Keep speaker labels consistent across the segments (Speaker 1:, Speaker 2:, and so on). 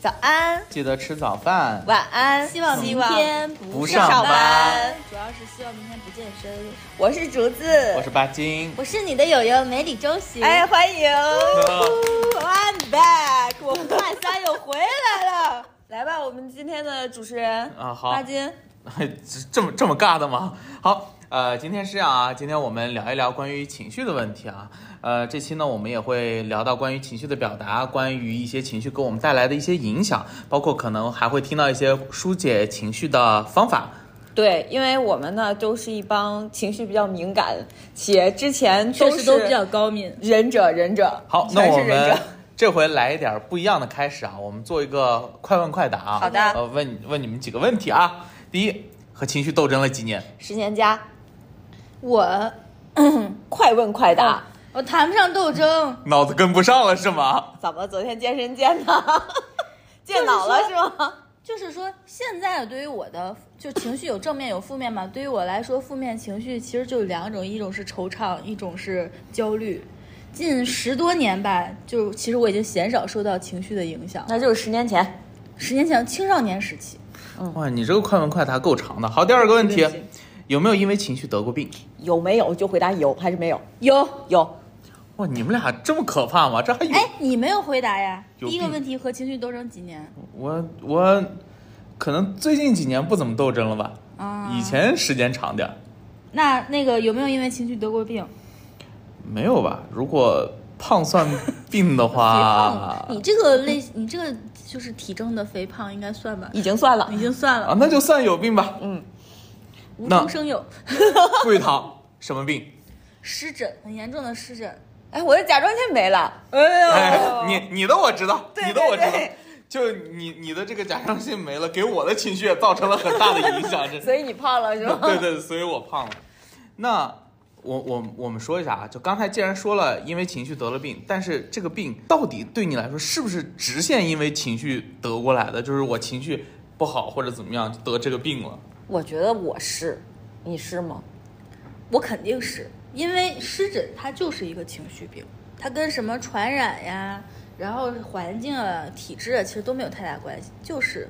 Speaker 1: 早安，
Speaker 2: 记得吃早饭。
Speaker 1: 晚安，
Speaker 3: 希望明天
Speaker 2: 不
Speaker 1: 上
Speaker 2: 上
Speaker 1: 班
Speaker 2: 班。
Speaker 3: 主要是希望明天不健身。
Speaker 1: 我是竹子，
Speaker 2: 我是巴金。
Speaker 3: 我是你的友友梅里周行。
Speaker 1: 哎，欢 迎、
Speaker 2: Hello
Speaker 1: i m back，我们大家又回来了。 来吧，我们今天的主持人
Speaker 2: 啊好
Speaker 1: 巴金，
Speaker 2: 这么这么尬的吗？好，呃，今天是这样啊，今天我们聊一聊关于情绪的问题啊。呃，这期呢，我们也会聊到关于情绪的表达，关于一些情绪给我们带来的一些影响，包括可能还会听到一些疏解情绪的方法。
Speaker 1: 对，因为我们呢都是一帮情绪比较敏感，且之前
Speaker 3: 确
Speaker 1: 都
Speaker 3: 实
Speaker 1: 是
Speaker 3: 都比较高敏。
Speaker 1: 忍者，忍者，
Speaker 2: 好，那
Speaker 1: 全
Speaker 2: 我
Speaker 1: 是忍
Speaker 2: 们
Speaker 1: 者。
Speaker 2: 这回来一点不一样的开始啊，我们做一个快问快答啊。
Speaker 1: 好的
Speaker 2: 呃，问问你们几个问题啊。第一，和情绪斗争了几年？
Speaker 1: 十年家，
Speaker 3: 我
Speaker 1: 快问快答，
Speaker 3: 我谈不上斗争，
Speaker 2: 脑子跟不上了是吗？
Speaker 1: 怎么昨天健身健的？ 健脑了是吗？
Speaker 3: 就是说现在对于我的就情绪有正面有负面嘛，对于我来说，负面情绪其实就有两种，一种是惆怅，一种是焦虑。近十多年吧，就其实我已经鲜少受到情绪的影响。
Speaker 1: 那就是十年前。
Speaker 3: 十年前青少年时期，
Speaker 2: 哇，你这个快问快答够长的。好，第二个问
Speaker 3: 对
Speaker 2: 题
Speaker 3: 不起，
Speaker 2: 有没有因为情绪得过病？
Speaker 1: 有没有就回答有还是没有？
Speaker 3: 有
Speaker 1: 有，
Speaker 2: 哇，你们俩这么可怕吗？这还有、
Speaker 3: 哎，你没有回答呀？
Speaker 2: 有
Speaker 3: 第一个
Speaker 2: 病
Speaker 3: 问题和情绪斗争几年？
Speaker 2: 我我可能最近几年不怎么斗争了吧，
Speaker 3: 啊，
Speaker 2: 以前时间长点儿，
Speaker 3: 那那个有没有因为情绪得过病？
Speaker 2: 没有吧？如果胖算病的 话啊
Speaker 3: 肥胖，你这个类，你这个就是体征的肥胖应该算吧？
Speaker 1: 已经算了
Speaker 3: 已。经算
Speaker 2: 啊
Speaker 3: 了，，
Speaker 2: 那就算有病吧。
Speaker 3: 无
Speaker 2: 那
Speaker 3: 中生有，
Speaker 2: 贵堂什么病？
Speaker 3: 湿疹，很严重的湿疹。
Speaker 1: 哎，我的甲状腺没了。哎
Speaker 2: 哎
Speaker 4: 哦
Speaker 1: 呦，，
Speaker 2: 你你的我知道，
Speaker 1: 对
Speaker 2: 你的我知道
Speaker 1: 对对。
Speaker 2: 就你你的这个甲状腺没了，给我的情绪也造成了很大的影响。这
Speaker 1: 所以你胖了 是吗？
Speaker 2: 对对，所以我胖了。那我我我们说一下啊，就刚才既然说了，因为情绪得了病，但是这个病到底对你来说是不是直线因为情绪得过来的？就是我情绪不好或者怎么样就得这个病了？
Speaker 1: 我觉得我是，你是吗？
Speaker 3: 我肯定是因为湿疹，它就是一个情绪病，它跟什么传染呀，然后环境啊、体质啊，其实都没有太大关系，就是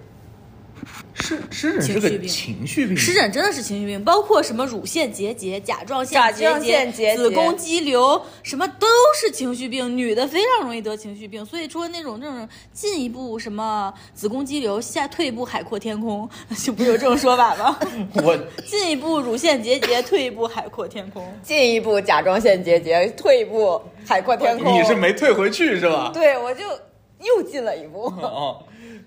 Speaker 2: 湿湿疹是
Speaker 3: 情绪
Speaker 2: 个
Speaker 3: 病
Speaker 2: 情绪病，
Speaker 3: 湿疹真的是情绪病，包括什么乳腺结节、甲状腺结
Speaker 1: 甲状腺结节
Speaker 3: 子宫肌瘤，什么都是情绪病。女的非常容易得情绪病，所以说那种这种进一步什么子宫肌瘤，下退一步海阔天空， 就不有这种说法吗？
Speaker 2: 我
Speaker 3: 进一步乳腺结节，退一步海阔天空。
Speaker 1: 进一步甲状腺结节，退一步海阔天空。
Speaker 2: 你是？没退回去是吧？
Speaker 1: 对，我就又进了一步。
Speaker 2: 哦，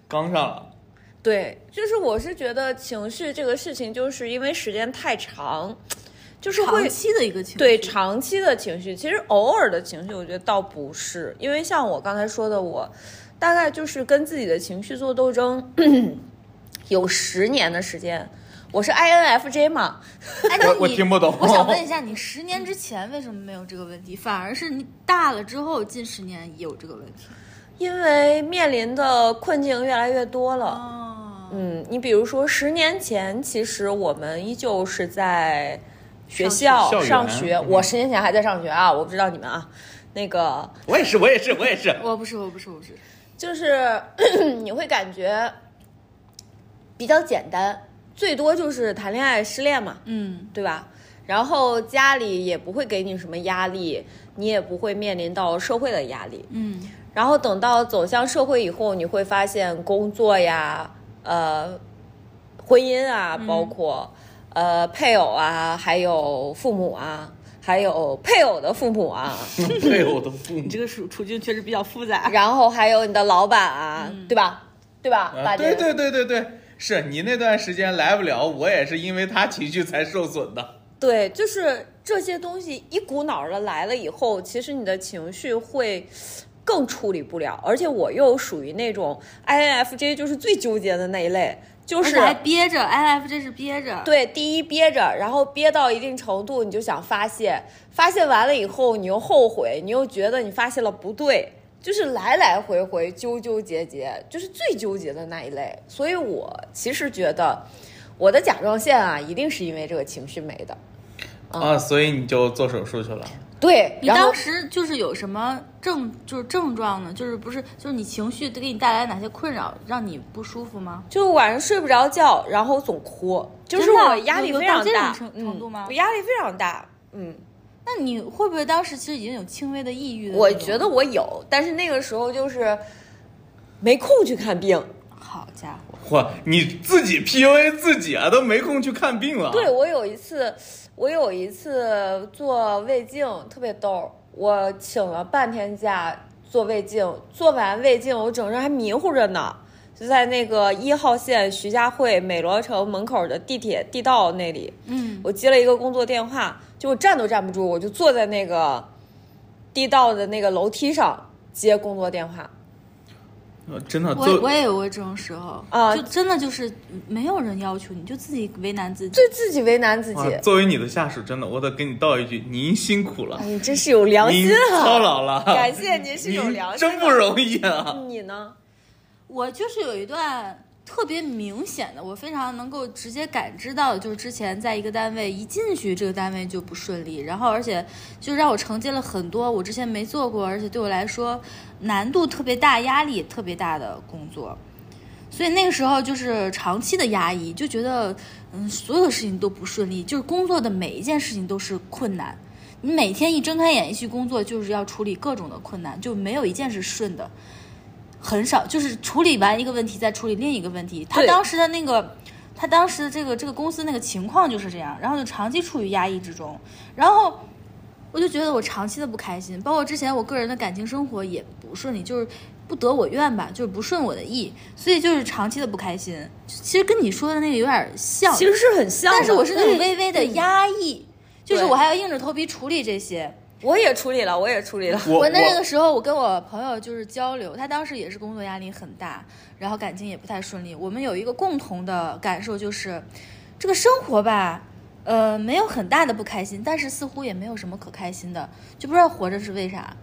Speaker 2: 刚上了。
Speaker 4: 对，就是我是觉得情绪这个事情，就是因为时间太长，就是会
Speaker 3: 长期的一个情绪，
Speaker 4: 对长期的情绪，其实偶尔的情绪，我觉得倒不是，因为像我刚才说的，我大概就是跟自己的情绪做斗争， 有十年的时间。我是 INFJ 嘛，
Speaker 3: 哎，那
Speaker 2: 我我
Speaker 3: 你
Speaker 2: 听不懂
Speaker 3: 我想 问一下，你十年之前为什么没有这个问题，反而是你大了之后近十年有这个问题？
Speaker 4: 因为面临的困境越来越多了。
Speaker 3: 哦，
Speaker 4: 嗯，你比如说十年前，其实我们依旧是在学校
Speaker 2: 上学校
Speaker 4: 上
Speaker 2: 园
Speaker 4: 学。
Speaker 2: 嗯
Speaker 4: 我十年前还在上学啊，我不知道你们啊。那个
Speaker 2: 我也是，我也是，我也是。
Speaker 3: 我不是，我不是，我不是。
Speaker 4: 就是 你会感觉比较简单，最多就是谈恋爱、失恋嘛，
Speaker 3: 嗯，
Speaker 4: 对吧？然后家里也不会给你什么压力，你也不会面临到社会的压力。
Speaker 3: 嗯，
Speaker 4: 然后等到走向社会以后，你会发现工作呀，呃，婚姻啊，包括、呃配偶啊，还有父母啊，还有配偶的父母啊，
Speaker 2: 对，我的父母。
Speaker 3: 这个处处境确实比较复杂。
Speaker 4: 然后还有你的老板啊，对吧？对吧？
Speaker 2: 啊，
Speaker 4: 把这
Speaker 2: 对对对对对，是你那段时间来不了，我也是因为他情绪才受损的。
Speaker 4: 对，就是这些东西一股脑儿的来了以后，其实你的情绪会更处理不了。而且我又属于那种 INFJ，就是最纠结的那一类，就
Speaker 3: 不
Speaker 4: 是
Speaker 3: 还憋着，INFJ 是憋着。，
Speaker 4: 对，第一憋着，然后憋到一定程度，你就想发泄，发泄完了以后，你又后悔，你又觉得你发泄了不对，就是来来回回纠纠结结，就是最纠结的那一类。所以我其实觉得，我的甲状腺啊，一定是因为这个情绪没的。
Speaker 2: 啊，所以你就做手术去了。
Speaker 4: 对，
Speaker 3: 你
Speaker 4: 然后
Speaker 3: 当时就是有什么症，就是症状呢？就是不是就是你情绪给你带来哪些困扰，让你不舒服吗？
Speaker 4: 就晚上睡不着觉，然后总哭，就是
Speaker 3: 真的
Speaker 4: 我压力
Speaker 3: 有有
Speaker 4: 非
Speaker 3: 到
Speaker 4: 常
Speaker 3: 这种
Speaker 4: 大，
Speaker 3: 程
Speaker 4: 嗯
Speaker 3: 程度吗
Speaker 4: 我压力非常大，嗯，
Speaker 3: 那你会不会当时其实已经有轻微的抑郁的那
Speaker 4: 我
Speaker 3: 种
Speaker 4: 觉得我有，但是那个时候就是没空去看病，
Speaker 3: 好家伙，
Speaker 2: 嚯，你自己 PUA 自己啊，都没空去看病了。
Speaker 4: 对，我有一次，我有一次做胃镜特别逗儿，我请了半天假做胃镜，做完胃镜我整个人还迷糊着呢，就在那个一号线徐家汇美罗城门口的地铁地道那里，
Speaker 3: 嗯，
Speaker 4: 我接了一个工作电话，就我站都站不住，我就坐在那个地道的那个楼梯上接工作电话。
Speaker 2: 呃真的
Speaker 3: 我
Speaker 2: 做
Speaker 3: 我也有过这种时候
Speaker 4: 啊
Speaker 3: 就真的就是没有人要求你，就自己为难自己。
Speaker 4: 对自己为难自己
Speaker 2: 啊，作为你的下属，真的，我得跟你道一句，您辛苦了，
Speaker 4: 哎，真是有良
Speaker 2: 您
Speaker 4: 心啊！
Speaker 2: 操劳了，
Speaker 4: 感谢您是有
Speaker 2: 您
Speaker 4: 良心
Speaker 2: 真
Speaker 4: 的。
Speaker 2: 不容易啊。
Speaker 4: 你呢？
Speaker 3: 我就是有一段特别明显的，我非常能够直接感知到的，就是之前在一个单位一进去，这个单位就不顺利，然后而且就让我承接了很多我之前没做过，而且对我来说难度特别大、压力也特别大的工作。所以那个时候就是长期的压抑，就觉得嗯，所有的事情都不顺利，就是工作的每一件事情都是困难。你每天一睁开眼一去工作，就是要处理各种的困难，就没有一件是顺的，很少。就是处理完一个问题，再处理另一个问题。他
Speaker 4: 对
Speaker 3: 当时的那个，他当时的这个这个公司那个情况就是这样，然后就长期处于压抑之中，然后。我就觉得我长期的不开心，包括之前我个人的感情生活也不顺利，就是不得我愿吧，就是不顺我的意，所以就是长期的不开心。其实跟你说的那个有点像，
Speaker 4: 其实是很像的，
Speaker 3: 但是我是那种
Speaker 4: 嗯
Speaker 3: 微微的压抑，就是
Speaker 4: 对
Speaker 3: 我还要硬着头皮处理这些。
Speaker 4: 我也处理了，我也处理了。
Speaker 2: 我
Speaker 3: 我那个时候，我跟我朋友就是交流，他当时也是工作压力很大，然后感情也不太顺利。我们有一个共同的感受就是，这个生活吧，呃，没有很大的不开心，但是似乎也没有什么可开心的，就不知道活着是为啥。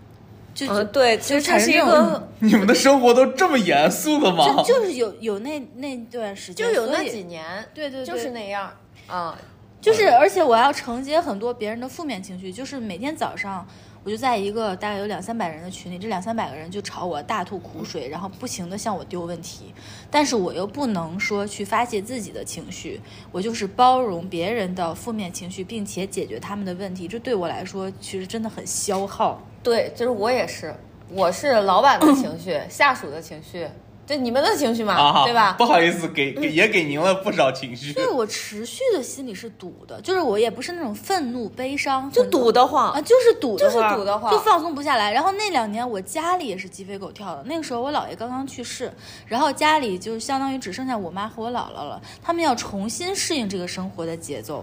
Speaker 3: 就就
Speaker 4: 嗯，对，其实
Speaker 3: 就
Speaker 4: 这是一
Speaker 3: 产生这
Speaker 4: 个
Speaker 3: 种，
Speaker 2: 你们的生活都这么严肃的吗？
Speaker 3: 就就是有有那那段时间，
Speaker 4: 就有
Speaker 3: 所
Speaker 4: 那
Speaker 3: 以
Speaker 4: 几年，
Speaker 3: 对对对
Speaker 4: 就是那样啊。
Speaker 3: 就是，而且我要承接很多别人的负面情绪，就是每天早上。我就在一个大概有两三百人的群里，这两三百个人就朝我大吐苦水，然后不停的向我丢问题，但是我又不能说去发泄自己的情绪，我就是包容别人的负面情绪，并且解决他们的问题，这对我来说其实真的很消耗。
Speaker 4: 对，就是我也是，我是老板的情绪， 下属的情绪，就你们的情绪嘛，
Speaker 2: 啊，
Speaker 4: 对吧嗯
Speaker 2: 不？好意思，给给也给您了不少情绪。
Speaker 3: 就是我持续的心里是堵的，就是我也不是那种愤怒、悲伤，
Speaker 4: 就
Speaker 3: 很
Speaker 4: 堵得
Speaker 3: 啊，
Speaker 4: 慌，
Speaker 3: 就是堵得
Speaker 4: 就是
Speaker 3: 慌，
Speaker 4: 堵得慌
Speaker 3: 就放松不下来。然后那两年我家里也是鸡飞狗跳的，那个时候我姥爷刚刚去世，然后家里就相当于只剩下我妈和我姥姥了，他们要重新适应这个生活的节奏。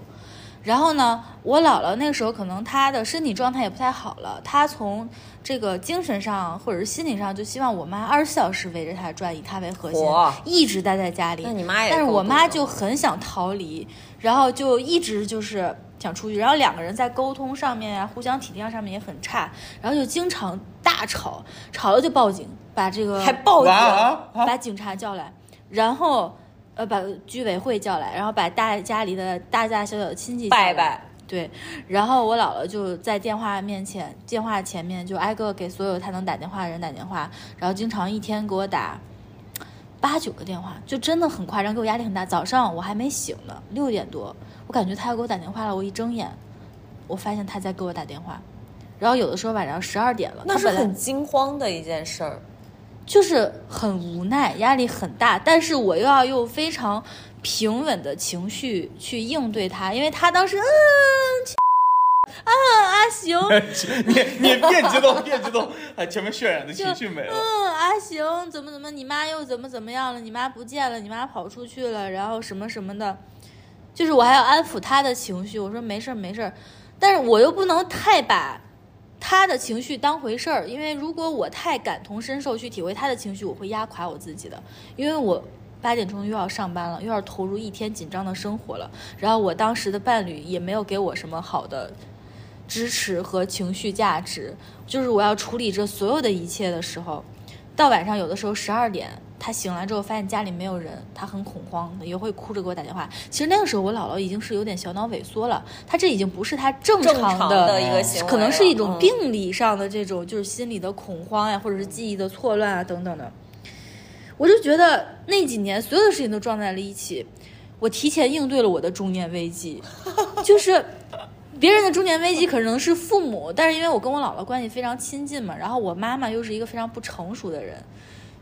Speaker 3: 然后呢，我姥姥那个时候可能她的身体状态也不太好了，她从这个精神上或者是心理上就希望我妈二十四小时围着她转，以她为核心
Speaker 4: 哇，
Speaker 3: 一直待在家里。
Speaker 4: 那你妈也
Speaker 3: 但是
Speaker 4: 够
Speaker 3: 我
Speaker 4: 堵
Speaker 3: 妈
Speaker 4: 的
Speaker 3: 就很想逃离，然后就一直就是想出去，然后两个人在沟通上面啊，互相体谅上面也很差，然后就经常大吵，吵了就报警，把这个
Speaker 4: 还报
Speaker 2: 哇
Speaker 4: 警，
Speaker 2: 啊啊！
Speaker 3: 把警察叫来，然后呃把居委会叫来，然后把大家里的大大小小的亲戚叫
Speaker 4: 拜
Speaker 3: 来
Speaker 4: 拜。
Speaker 3: 对，然后我姥姥就在电话面前，电话前面就挨个给所有她能打电话的人打电话，然后经常一天给我打八九个电话，就真的很夸张，给我压力很大。早上我还没醒呢，六点多，我感觉她要给我打电话了，我一睁眼，我发现她在给我打电话，然后有的时候晚上十二点了，
Speaker 4: 那
Speaker 3: 她
Speaker 4: 是
Speaker 3: 本来
Speaker 4: 很惊慌的一件事儿。
Speaker 3: 就是很无奈，压力很大，但是我又要用非常平稳的情绪去应对他，因为他当时嗯，去啊阿行，
Speaker 2: 你你别激动，别激动，啊，前面渲染的情绪没了。
Speaker 3: 嗯阿行怎么怎么，你妈又怎么怎么样了，你妈不见了，你妈跑出去了，然后什么什么的，就是我还要安抚他的情绪，我说没事儿没事儿，但是我又不能太把。他的情绪当回事儿，因为如果我太感同身受去体会他的情绪，我会压垮我自己的。因为我八点钟又要上班了，又要投入一天紧张的生活了，然后我当时的伴侣也没有给我什么好的支持和情绪价值，就是我要处理这所有的一切的时候，到晚上有的时候十二点，他醒来之后发现家里没有人，他很恐慌的，也会哭着给我打电话。其实那个时候我姥姥已经是有点小脑萎缩了，她这已经不是她正
Speaker 4: 正
Speaker 3: 常
Speaker 4: 常
Speaker 3: 的
Speaker 4: 的一个行为了，
Speaker 3: 可能是一种
Speaker 4: 嗯
Speaker 3: 病理上的这种，就是心理的恐慌呀，或者是记忆的错乱啊等等的。我就觉得那几年所有的事情都撞在了一起，我提前应对了我的中年危 机，就是别人的中年危机可能是父母，但是因为我跟我姥姥关系非常亲近嘛，然后我妈妈又是一个非常不成熟的人，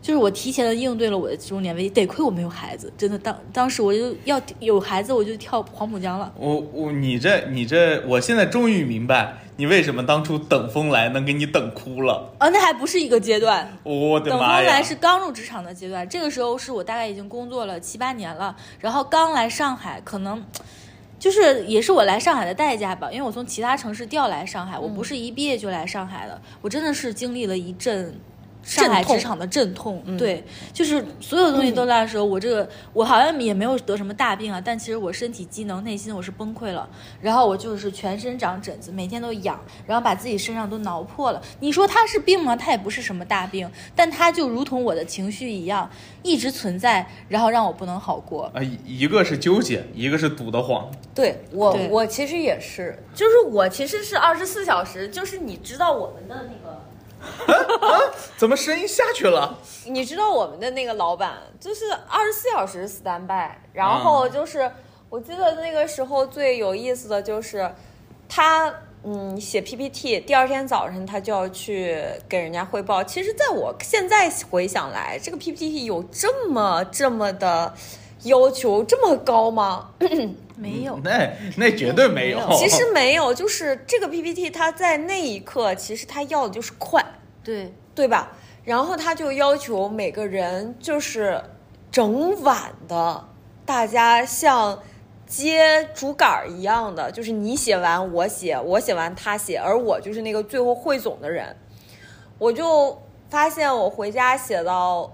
Speaker 3: 就是我提前的应对了我的中年危机，得亏我没有孩子，真的当当时我就要有孩子我就跳黄浦江了。
Speaker 2: 我我你这你这，我现在终于明白你为什么当初等风来能给你等哭了。
Speaker 3: 啊，那还不是一个阶段，
Speaker 2: 我的
Speaker 3: 等风
Speaker 2: 妈呀！
Speaker 3: 来是刚入职场的阶段，这个时候是我大概已经工作了七八年了，然后刚来上海，可能就是也是我来上海的代价吧，因为我从其他城市调来上海，我不是一毕业就来上海的，我真的是经历了一阵。上海职场的阵痛，嗯对，就是所有东西都烂的时候，我这个我好像也没有得什么大病啊，但其实我身体机能、内心我是崩溃了，然后我就是全身长疹子，每天都痒，然后把自己身上都挠破了。你说它是病吗？它也不是什么大病，但它就如同我的情绪一样，一直存在，然后让我不能好过。
Speaker 2: 啊，一一个是纠结，一个是堵得慌。
Speaker 4: 对我
Speaker 3: 对
Speaker 4: 我其实也是，
Speaker 5: 就是我其实是二十四小时，就是你知道我们的那个，
Speaker 2: 怎么声音下去了？
Speaker 4: 你知道我们的那个老板就是二十四小时 stand by，然后就是、我记得那个时候最有意思的就是他。嗯，写 PPT，第二天早晨他就要去给人家汇报。其实，在我现在回想来，这个 PPT 有这么这么的要求这么高吗？
Speaker 3: 没有，
Speaker 2: 那那绝对没有
Speaker 3: 没。有
Speaker 4: 其实没有，就是这个 PPT，它在那一刻，其实它要的就是快，
Speaker 3: 对，
Speaker 4: 对吧？然后他就要求每个人就是整晚的，大家像接竹竿儿一样的，就是你写完我写，我写完他写，而我就是那个最后汇总的人。我就发现我回家写到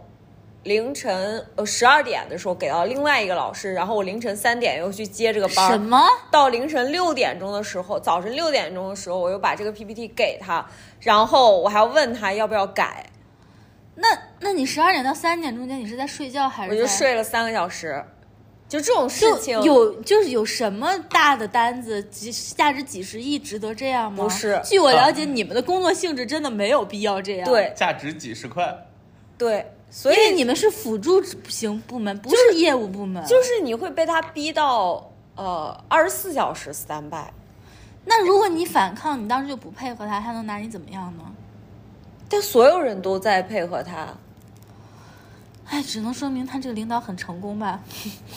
Speaker 4: 凌晨呃十二点的时候给到另外一个老师，然后我凌晨三点又去接这个班儿。
Speaker 3: 什么？
Speaker 4: 到凌晨六点钟的时候，早晨六点钟的时候，我又把这个 PPT 给他，然后我还问他要不要改，
Speaker 3: 那那你十二点到三点中间，你是在睡觉还是
Speaker 4: 我
Speaker 3: 在？
Speaker 4: 就睡了三个小时。就这种事
Speaker 3: 就
Speaker 4: 情，
Speaker 3: 有就是有什么大的单子，几价值几十亿，值得这样吗？
Speaker 4: 不是
Speaker 3: 据我了解，
Speaker 2: 啊
Speaker 3: 你们的工作性质真的没有必要这样。，
Speaker 4: 对
Speaker 2: 价值几十块，
Speaker 4: 对，所
Speaker 3: 因
Speaker 4: 以
Speaker 3: 为你们是辅助型部门，不是业务部门。
Speaker 4: 就是你会被他逼到呃二十四小时 stand by，
Speaker 3: 那如果你反抗，你当时就不配合他，他能拿你怎么样呢？
Speaker 4: 但所有人都在配合他，
Speaker 3: 哎，只能说明他这个领导很成功吧。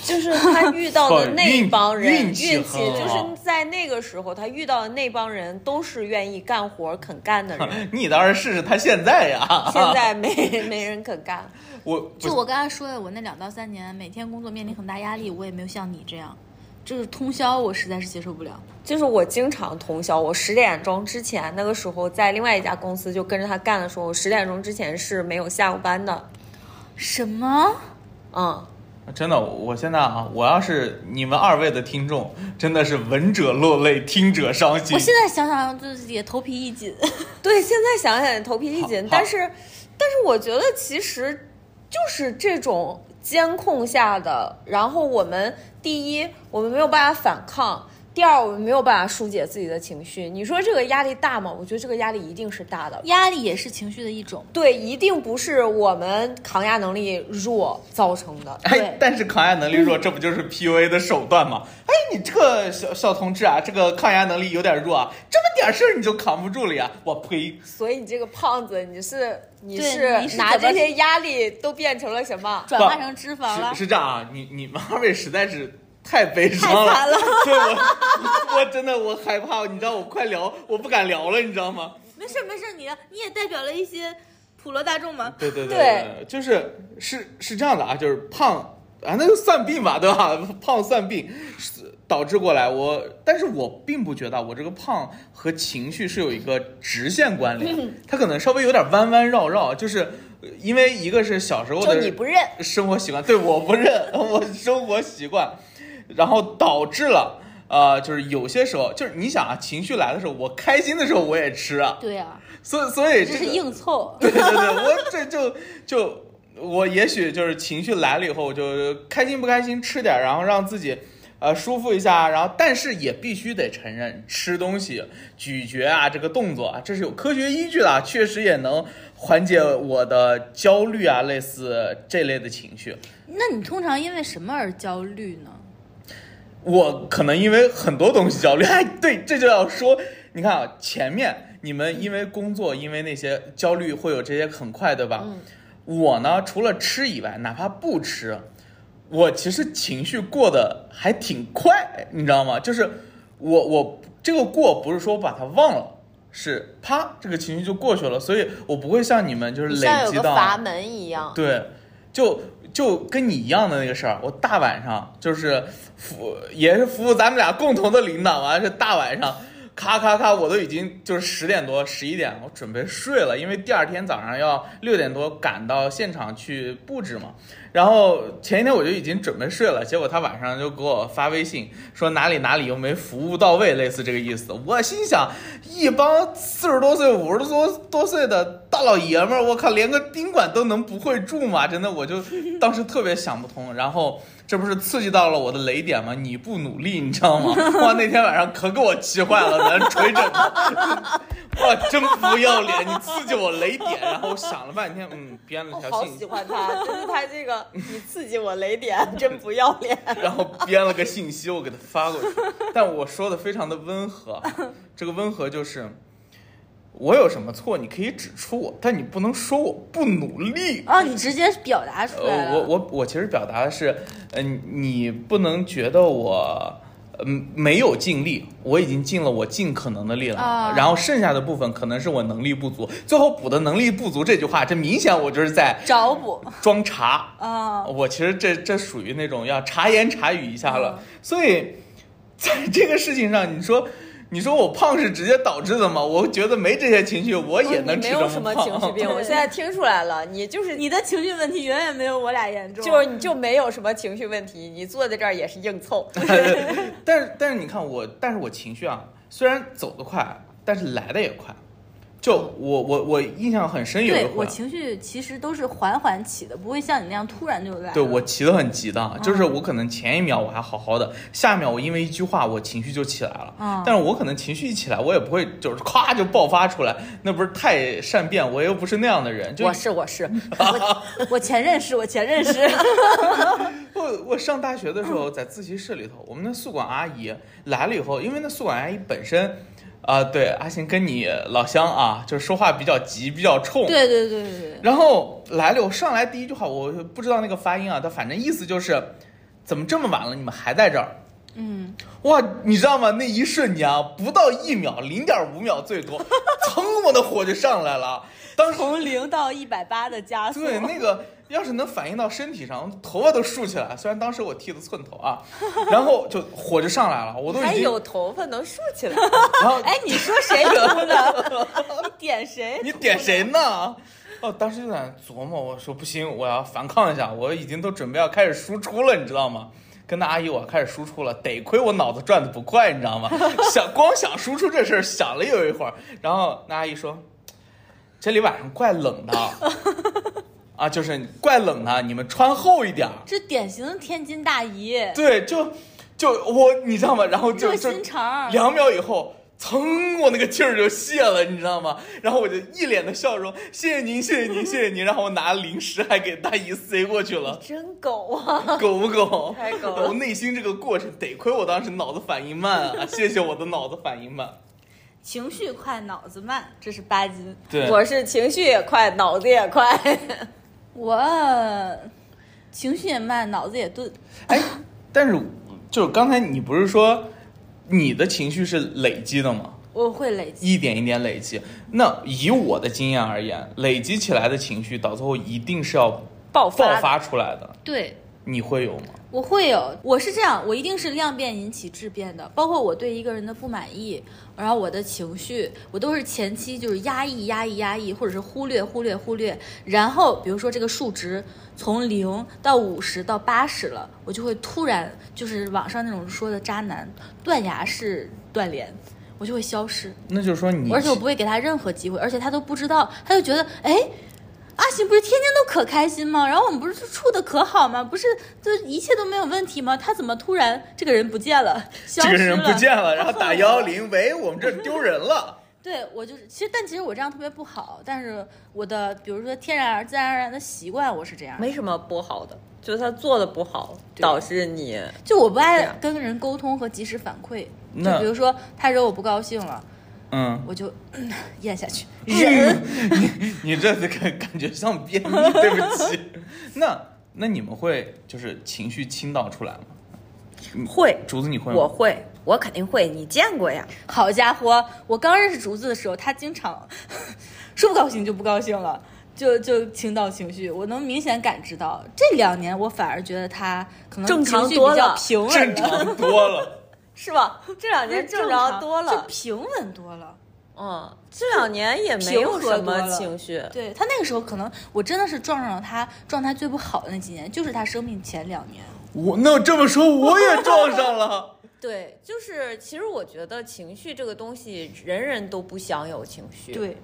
Speaker 4: 就是他遇到
Speaker 2: 不
Speaker 4: 的那
Speaker 2: 运
Speaker 4: 帮人，
Speaker 2: 运
Speaker 4: 运
Speaker 2: 气
Speaker 4: 气
Speaker 2: 很
Speaker 4: 就
Speaker 2: 好
Speaker 4: 是在那个时候，他遇到的那帮人都是愿意干活、肯干的 人，
Speaker 2: 你倒是试试他现在呀。
Speaker 4: 现在没没人肯干。
Speaker 2: 我
Speaker 3: 就
Speaker 2: 不
Speaker 3: 我刚才说的，我那两到三年每天工作面临很大压力，我也没有像你这样，就是通宵，我实在是接受不了。
Speaker 4: 就是我经常通宵，我十点钟之前那个时候在另外一家公司就跟着他干的时候，我十点钟之前是没有下过班的。
Speaker 3: 什么？
Speaker 4: 嗯，
Speaker 2: 真的，我现在啊，我要是你们二位的听众，真的是闻者落泪，听者伤心
Speaker 3: 我。现在想想就是也头皮一紧。
Speaker 4: 对，现在想想头皮一紧
Speaker 2: 好，
Speaker 4: 但是，但是我觉得其实就是这种监控下的，然后我们第一我们没有办法反抗，第二我们没有办法疏解自己的情绪。你说这个压力大吗？我觉得这个压力一定是大的。
Speaker 3: 压力也是情绪的一种。
Speaker 4: 对，一定不是我们抗压能力弱造成的。
Speaker 2: 哎
Speaker 3: 对，
Speaker 2: 但是抗压能力弱，这不就是 PUA 的手段吗？ 哎，你这个小小同志啊，这个抗压能力有点弱啊，这么点事儿你就扛不住了呀！我呸！
Speaker 4: 所以你这个胖子，你是你
Speaker 3: 对
Speaker 4: 是
Speaker 3: 你是
Speaker 4: 拿
Speaker 3: 怎么
Speaker 4: 这些压力都变成了什么？
Speaker 3: 转化成脂肪了
Speaker 2: 是，是这样啊，你你们二位实在是太悲伤
Speaker 3: 太惨
Speaker 2: 了，
Speaker 3: 了
Speaker 2: 对我 我真的我害怕，你知道我快聊，我不敢聊了，你知道吗？
Speaker 3: 没事没事，你你也代表了一些普罗大众嘛。
Speaker 2: 对对
Speaker 4: 对
Speaker 2: 就是是是这样的啊，就是胖啊，那就算病吧，对吧？ 胖算病是导致过来我，但是我并不觉得我这个胖和情绪是有一个直线关
Speaker 4: 嗯
Speaker 2: 联，它可能稍微有点弯弯绕绕，就是呃因为一个是小时候
Speaker 4: 就
Speaker 2: 的
Speaker 4: 你不认，
Speaker 2: 生活习惯，对，我不认，我生活习惯，然后导致了呃，就是有些时候，就是你想啊，情绪来的时候，我开心的时候我也吃啊，
Speaker 3: 对啊，
Speaker 2: 所以所以
Speaker 3: 这
Speaker 2: 这
Speaker 3: 是
Speaker 2: 个
Speaker 3: 硬 凑。
Speaker 2: 对对对，我这就就我也许就是情绪来了以后，我就开心不开心吃点儿，然后让自己呃舒服一下，然后但是也必须得承认，吃东西咀嚼啊这个动作啊，这是有科学依据的啊，确实也能缓解我的焦虑啊，类似这类的情绪。
Speaker 3: 那你通常因为什么而焦虑呢？
Speaker 2: 我可能因为很多东西焦虑， 哎，对，这就要说，你看啊，前面你们因为工作，因为那些焦虑会有这些很快，对吧？
Speaker 6: 嗯
Speaker 2: 我呢，除了吃以外，哪怕不吃，我其实情绪过得还挺快，你知道吗？就是我我这个过不是说把它忘了，是啪这个情绪就过去了，所以我不会像你们就是累
Speaker 6: 像有
Speaker 2: 积
Speaker 6: 个
Speaker 2: 到
Speaker 6: 阀门一样。
Speaker 2: 对，就就跟你一样的那个事儿，我大晚上就是服也是服务咱们俩共同的领导啊，是大晚上。咔咔咔！我都已经就是十点多、十一点，我准备睡了，因为第二天早上要六点多赶到现场去布置嘛。然后前一天我就已经准备睡了，结果他晚上就给我发微信说哪里哪里又没服务到位，类似这个意思。我心想，一帮四十多岁、五十多多岁的大老爷们儿，我靠，连个宾馆都能不会住吗？真的，我就当时特别想不通。然后这不是刺激到了我的雷点吗？你不努力，你知道吗？哇，那天晚上可给我气坏了，在那捶枕头。 哇，真不要脸！你刺激我雷点，然后我想了半天，嗯，编了
Speaker 6: 我
Speaker 2: 条
Speaker 6: 好
Speaker 2: 信
Speaker 6: 喜欢 他，就是他这个，你刺激我雷点， 真不要脸。
Speaker 2: 然后编了个信息，我给他发过去，但我说的非常的温和，啊这个温和就是我有什么错，你可以指出我，但你不能说我不努力。
Speaker 3: 哦，你直接表达出来
Speaker 2: 呃，
Speaker 3: 了。
Speaker 2: 我我我其实表达的是，嗯、你不能觉得我。嗯，没有尽力，我已经尽了我尽可能的力了，
Speaker 3: 啊
Speaker 2: 然后剩下的部分可能是我能力不足，最后补的能力不足这句话，这明显我就是在
Speaker 3: 找补
Speaker 2: 装茶，
Speaker 3: 啊，
Speaker 2: 我其实这这属于那种要察言察语一下
Speaker 6: 嗯
Speaker 2: 了，所以在这个事情上，你说你说我胖是直接导致的吗？我觉得没这些情绪，我也能
Speaker 6: 哦你没
Speaker 2: 吃
Speaker 6: 有
Speaker 2: 这
Speaker 6: 什么
Speaker 2: 么
Speaker 6: 情绪
Speaker 2: 胖。
Speaker 6: 病，我现在听出来了，你就是
Speaker 3: 你的情绪问题远远没有我俩严重。
Speaker 6: 就是你就没有什么情绪问题，你坐在这儿也是硬 凑。
Speaker 2: 但是但是你看我，但是我情绪啊，虽然走得快，但是来的也快。就我我我印象很深，有一
Speaker 3: 对我
Speaker 2: 回，
Speaker 3: 情绪其实都是缓缓起的，不会像你那样突然就来。
Speaker 2: 对我骑得很急的，就是
Speaker 3: 嗯
Speaker 2: 我可能前一秒我还好好的，下一秒我因为一句话我情绪就起来了。
Speaker 3: 嗯
Speaker 2: 但是我可能情绪一起来，我也不会就是咵就爆发出来，那不是太善变，我又不是那样的人。就
Speaker 6: 我是我 是，
Speaker 3: 我我前任是我前任是，
Speaker 2: 我我上大学的时候，在自习室里头，我们那宿管阿姨来了以后，因为那宿管阿姨本身，啊、对，阿信跟你老乡啊，就是说话比较急，比较冲。
Speaker 3: 对对对对对，
Speaker 2: 然后来了，我上来第一句话，我不知道那个发音啊，但反正意思就是，怎么这么晚了，你们还在这儿？
Speaker 3: 嗯，
Speaker 2: 哇，你知道吗？那一瞬间啊，不到一秒，零点五秒最 多，噌，我的火就上来了。当时
Speaker 3: 从零到一百八的加速，
Speaker 2: 对那个，要是能反映到身体上，头发都竖起来。虽然当时我剃的寸头啊，然后就火就上来了，我都
Speaker 6: 还
Speaker 2: 已经，
Speaker 6: 有头发能竖起来，
Speaker 2: 然后
Speaker 3: 哎，你说谁秃的？你点谁？
Speaker 2: 你点谁呢？哦，当时就在那琢磨，我说不行，我要反抗一下，我已经都准备要开始输出了，你知道吗？跟那阿姨我开始输出了，得亏我脑子转的不快，你知 道吗？想光想输出这事儿想了有一会儿，然后那阿姨说，这里晚上怪冷的啊，啊，就是怪冷的，你们穿厚一点儿。
Speaker 3: 这典型的天津大姨，
Speaker 2: 对，就就我，你知道吗？然后就
Speaker 3: 热
Speaker 2: 就
Speaker 6: 啊
Speaker 3: 心肠，
Speaker 2: 两秒以后，噌，我那个气儿就泄了，你知道吗？然后我就一脸的笑容，谢谢您，谢 谢您，谢谢您。然后我拿零食还给大姨塞过去了，
Speaker 6: 真狗啊！
Speaker 2: 狗不狗？
Speaker 6: 太狗了
Speaker 2: 我内心这个过程，得亏我当时脑子反应慢 啊，谢谢我的脑子反应慢。
Speaker 3: 情绪快，脑子慢，这是八斤。
Speaker 2: 对，
Speaker 6: 我是情绪也快，脑子也快。
Speaker 3: 我情绪也慢，脑子也钝，
Speaker 2: 哎，但是就是刚才你不是说你的情绪是累积的吗？
Speaker 3: 我会累积。
Speaker 2: 一点一点累积。那以我的经验而言，累积起来的情绪到最后一定是要
Speaker 6: 爆
Speaker 2: 爆
Speaker 6: 发
Speaker 2: 发出来的。
Speaker 3: 对，
Speaker 2: 你会有吗？
Speaker 3: 我会有，我是这样，我一定是量变引起质变的，包括我对一个人的不满意，然后我的情绪，我都是前期就是压抑、压抑、压抑，或者是忽略、忽略、忽略，然后比如说这个数值从零到五十到八十了，我就会突然就是网上那种说的渣男断崖式断联，我就会消失，
Speaker 2: 那就是说你，
Speaker 3: 而且我不会给他任何机会，而且他都不知道，他就觉得哎。阿行不是天天都可开心吗？然后我们不是处的可好吗？不是，就一切都没有问题吗？他怎么突然这个人不见了， 消
Speaker 2: 这
Speaker 3: 失
Speaker 2: 个
Speaker 3: 了？
Speaker 2: 人不见了，然后 打幺
Speaker 3: 幺
Speaker 2: 幺。零，喂，我们这儿丢人了。
Speaker 3: 对我就是，其实但其实我这样特别不好，但是我的比如说天然而自然而然的习惯，我是这样的。
Speaker 4: 没什么不好的，就是他做的不好，导致你
Speaker 3: 就我不
Speaker 4: 这
Speaker 3: 爱
Speaker 4: 样
Speaker 3: 跟人沟通和及时反馈。就
Speaker 2: 啊那
Speaker 3: 比如说他惹我不高兴了，
Speaker 2: 嗯，
Speaker 3: 我就、 嗯咽下去。
Speaker 2: 你这感感觉像便秘，对不起。 那那你们会就是情绪倾倒出来吗？
Speaker 4: 会，
Speaker 2: 竹子你会吗？
Speaker 4: 我会，我肯定会，你见过呀？
Speaker 3: 好家伙，我刚认识竹子的时候，他经常 说不高兴就不高兴了，就就倾倒情绪，我能明显感知到。这两年我反而觉得他可能
Speaker 4: 正常
Speaker 3: 情绪
Speaker 4: 多
Speaker 3: 比较
Speaker 4: 了
Speaker 3: 平
Speaker 2: 正
Speaker 3: 稳了，
Speaker 2: 常多了。
Speaker 4: 是吧？这两年
Speaker 3: 是
Speaker 4: 正
Speaker 3: 常
Speaker 4: 常多
Speaker 3: 就
Speaker 4: 了，
Speaker 3: 平稳多了。
Speaker 4: 嗯，这两年也没有什么情绪，
Speaker 3: 对他那个时候，可能我真的是撞上了他状态最不好的那几年，就是他生病前两年。
Speaker 2: 我那这么说我也撞上了。
Speaker 4: 对，就是其实我觉得情绪这个东西，人人都不想有情绪，，
Speaker 3: 对，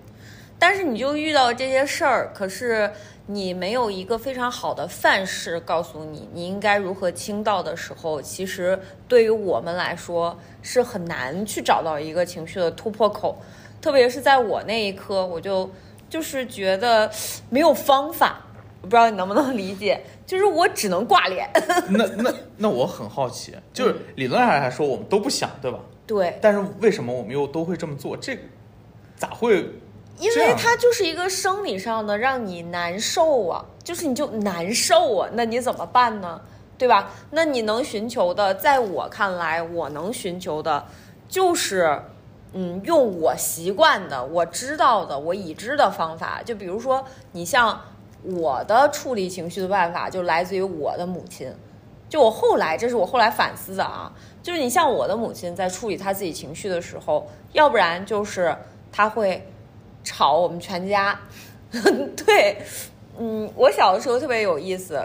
Speaker 4: 但是你就遇到这些事儿，可是你没有一个非常好的范式告诉你你应该如何倾倒的时候，其实对于我们来说是很难去找到一个情绪的突破口，特别是在我那一刻，我就就是觉得没有方法，我不知道你能不能理解，就是我只能挂脸，
Speaker 2: 那那那我很好奇，就是理论上来说我们都不想，对吧？
Speaker 4: 对，
Speaker 2: 但是为什么我们又都会这么做？这个咋会？
Speaker 4: 因
Speaker 2: 这
Speaker 4: 为
Speaker 2: 样
Speaker 4: 它就是一个生理上的让你难受啊，就是你就难受啊，那你怎么办呢？对吧？那你能寻求的，在我看来，我能寻求的，就是，嗯，用我习惯的、我知道的、我已知的方法。就比如说，你像我的处理情绪的办法，就来自于我的母亲。就我后来，这是我后来反思的啊，就是你像我的母亲在处理她自己情绪的时候，要不然就是她会吵我们全家。 对，嗯，我小的时候特别有意思，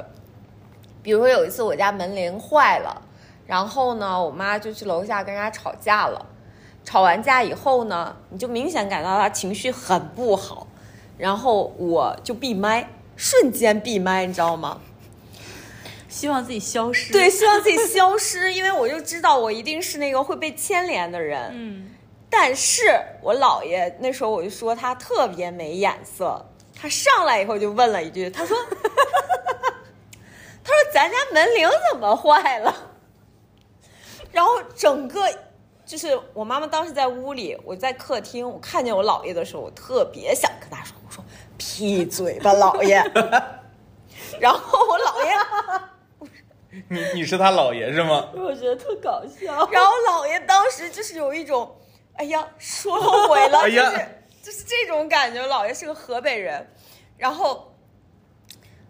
Speaker 4: 比如说有一次我家门铃坏了，然后呢，我妈就去楼下跟人家吵架了。吵完架以后呢，你就明显感到她情绪很不好，然后我就闭麦，瞬间闭麦，你知道吗？
Speaker 3: 希望自己消失。
Speaker 4: 对，，希望自己消失，因为我就知道我一定是那个会被牵连的人。
Speaker 3: 嗯，
Speaker 4: 但是我姥爷那时候我就说他特别没眼色，他上来以后就问了一句，他说：“ 他说咱家门铃怎么坏了？”然后整个就是我妈妈当时在屋里，我在客厅，我看见我姥爷的时候，我特别想跟他说，我说：“闭嘴吧，姥爷。” 然后我姥爷。
Speaker 2: 你你是他姥爷是吗？
Speaker 1: 我觉得特搞笑。
Speaker 4: 然后姥爷当时就是有一种，哎呀，说后悔了，
Speaker 2: 哎呀
Speaker 4: 就是就是这种感觉。姥爷是个河北人，然后，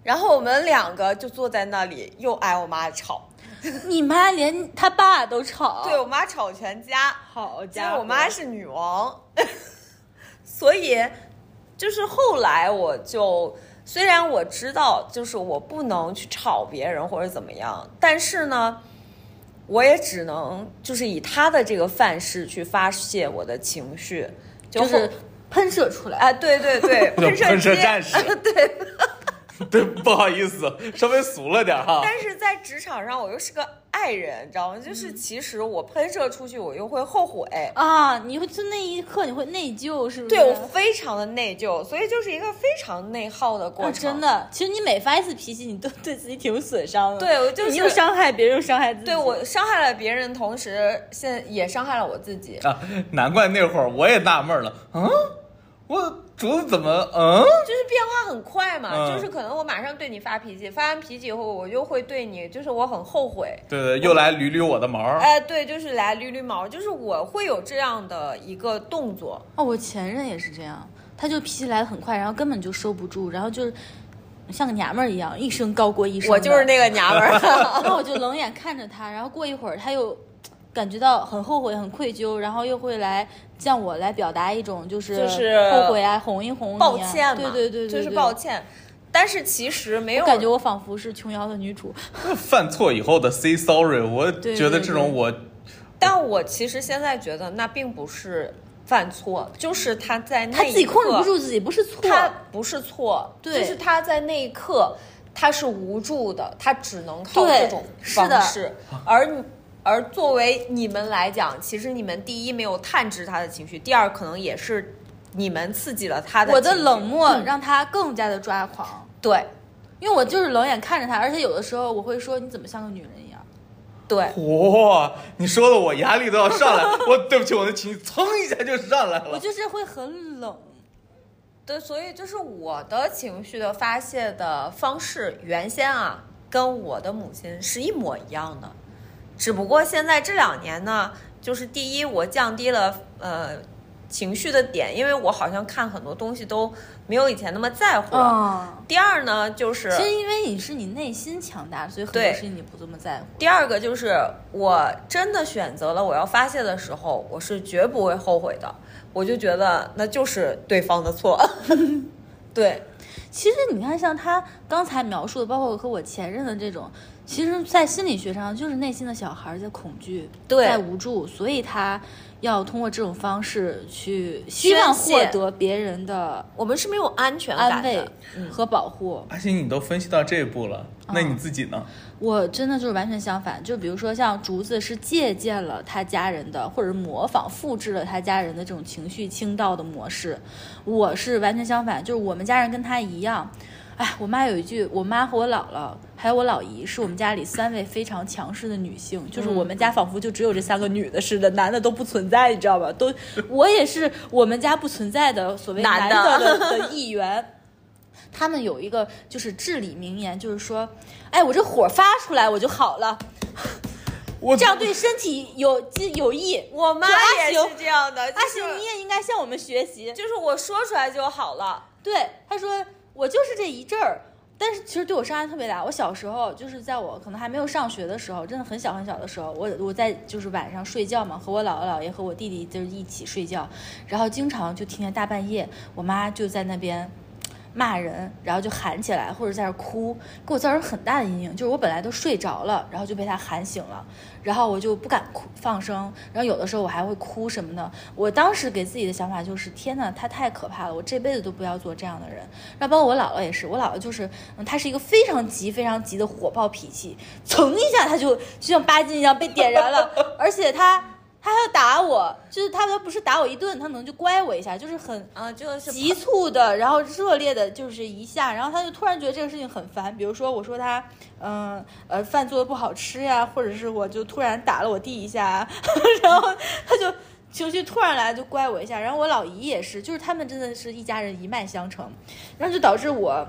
Speaker 4: 然后我们两个就坐在那里，又挨我妈吵，
Speaker 3: 你妈连他爸都吵。
Speaker 4: 对我妈吵全家。
Speaker 3: 好
Speaker 4: 因
Speaker 3: 家
Speaker 4: 为
Speaker 3: 伙，
Speaker 4: 我妈是女王， 所以就是后来我就虽然我知道就是我不能去吵别人或者怎么样，但是呢，我也只能就是以她的这个范式去发泄我的情绪，就
Speaker 3: 就是喷射出来。
Speaker 4: 啊，对对 对，
Speaker 2: 叫
Speaker 4: 喷射
Speaker 2: 喷射
Speaker 4: 机
Speaker 2: 战士
Speaker 4: 对。
Speaker 2: 对，不好意思，稍微俗了点 哈。
Speaker 4: 但是在职场上，我又是个爱人，你知道吗？
Speaker 2: 嗯
Speaker 4: 就是其实我喷射出去，我又会后悔。
Speaker 3: 啊，你会就那一刻你会内疚，是不是？
Speaker 4: 对我非常的内疚，所以就是一个非常内耗的过
Speaker 3: 啊，
Speaker 4: 程。
Speaker 3: 真，的，其实你每发一次脾气，你都对自己挺损伤的。
Speaker 4: 对我就是
Speaker 3: 你又伤害别人，又伤害自己。
Speaker 4: 对我伤害了别人，同时现在也伤害了我自己。
Speaker 2: 啊，难怪那会儿我也纳闷了，嗯，我竹子怎么嗯？
Speaker 4: 就是变化很快嘛，
Speaker 2: 嗯
Speaker 4: 就是可能我马上对你发脾气，发完脾气以后，我就会对你，就是我很后悔。
Speaker 2: 对对，又来捋捋我的毛儿。
Speaker 4: 哎，对，就是来捋捋毛，就是我会有这样的一个动作，
Speaker 3: 哦，我前任也是这样，他就脾气来的很快，然后根本就收不住，然后就是像个娘们儿一样，一声高过一声。
Speaker 4: 我就是 那个娘们儿。
Speaker 3: 然后我就冷眼看着他，然后过一会儿他又感觉到很后悔、很愧疚，然后又会来向我来表达一种就是
Speaker 4: 就是
Speaker 3: 后悔啊，哄一哄你啊、
Speaker 4: 抱歉嘛，
Speaker 3: 对对对对，
Speaker 4: 就是
Speaker 3: 对
Speaker 4: 抱。歉。但是其实没有
Speaker 3: 我感觉我仿佛是琼瑶的女主，
Speaker 2: 犯错以后的 say sorry，我
Speaker 3: 对
Speaker 2: 觉得
Speaker 3: 对
Speaker 2: 这种
Speaker 3: 对
Speaker 2: 我
Speaker 4: 但我其实现在觉得那并不是犯错，就是他在那
Speaker 3: 她自己
Speaker 4: 一刻
Speaker 3: 控制不住自己，不是错。
Speaker 4: 他不是错，
Speaker 3: 对
Speaker 4: 就是他在那一刻他是无助的，他只能靠
Speaker 3: 对
Speaker 4: 这种
Speaker 3: 是的
Speaker 4: 方式，而你。而作为你们来讲，其实你们第一没有探知他的情绪，第二可能也是你们刺激了他的
Speaker 3: 我的嗯
Speaker 4: 情绪嗯
Speaker 3: 冷漠让他更加的抓狂，
Speaker 4: 对
Speaker 3: 因为我就是冷眼看着他，而且有的时候我会说你怎么像个女人一样，
Speaker 4: 对，
Speaker 2: 哇，你说的我压力都要上来，我对不起，我的情绪噌一下就上来
Speaker 3: 我
Speaker 2: 了。
Speaker 3: 就是会很冷。
Speaker 4: 对，所以就是我的情绪的发泄的方式，原先啊跟我的母亲是一模一样的，只不过现在这两年呢，就是第一我降低了呃情绪的点，因为我好像看很多东西都没有以前那么在乎了。
Speaker 3: 嗯，
Speaker 4: 第二呢，就是
Speaker 3: 其实因为你是你内心强大，所以很多
Speaker 4: 对
Speaker 3: 事情你不这么在乎。
Speaker 4: 第二个就是，我真的选择了我要发泄的时候，我是绝不会后悔的。我就觉得那就是对方的错， 对，
Speaker 3: 其实你看，像他刚才描述的，包括和我前任的这种，其实，在心理学上就是内心的小孩在恐惧，
Speaker 4: 对
Speaker 3: 在无助，所以他要通过这种方式去希望
Speaker 4: 宣
Speaker 3: 获
Speaker 4: 泄
Speaker 3: 得别人的
Speaker 4: 我们是没有安全
Speaker 3: 安
Speaker 4: 感
Speaker 3: 慰
Speaker 4: 的。
Speaker 3: 和保护。
Speaker 2: 而且你都分析到这一步了，那
Speaker 3: 嗯
Speaker 2: 你自己呢？
Speaker 3: 我真的就是完全相反，就比如说像竹子是借鉴了他家人的，或者模仿复制了他家人的这种情绪倾倒的模式，我是完全相反，就是我们家人跟他一样。哎，我妈有一句，我妈和我姥姥还有我老姨是我们家里三位非常强势的女性，就是我们家仿佛就只有这三个女的似的，男的都不存在，你知道吧？都我也是我们家不存在的所谓
Speaker 4: 男
Speaker 3: 男
Speaker 4: 的
Speaker 3: 的的的一员。他们有一个就是至理名言，就是说，哎，我这火发出来我就好了，
Speaker 2: 我
Speaker 3: 这样对身体有有益。
Speaker 4: 我妈
Speaker 3: 说阿
Speaker 4: 也
Speaker 3: 行
Speaker 4: 是这样的，就
Speaker 3: 阿
Speaker 4: 是
Speaker 3: 行，你也应该向我们学习。
Speaker 4: 就是我说出来就好了。
Speaker 3: 对，他说我就是这一阵儿，但是其实对我伤害特别大。我小时候就是在我可能还没有上学的时候，真的很小很小的时候，我我在就是晚上睡觉嘛，和我姥姥姥爷和我弟弟就是一起睡觉，然后经常就听见大半夜我妈就在那边。骂人，然后就喊起来，或者在那儿哭，给我造成很大的阴影。就是我本来都睡着了，然后就被他喊醒了，然后我就不敢哭放声，然后有的时候我还会哭什么的。我当时给自己的想法就是：天呐，他太可怕了，我这辈子都不要做这样的人。然后包括我姥姥也是，我姥姥就是，嗯，她是一个非常急、非常急的火爆脾气，噌一下她就就像八斤一样被点燃了，而且她她还要打我，就是她都不是打我一顿，她可能就乖我一下，就是很
Speaker 4: 啊，就是
Speaker 3: 急促的，然后热烈的，就是一下，然后他就突然觉得这个事情很烦。比如说，我说他，嗯呃饭做的不好吃呀，或者是我就突然打了我弟一下，啊 然后他就情绪突然来就怪我一下。然后我老姨也是，就是他们真的是一家人一脉相承，然后就导致我。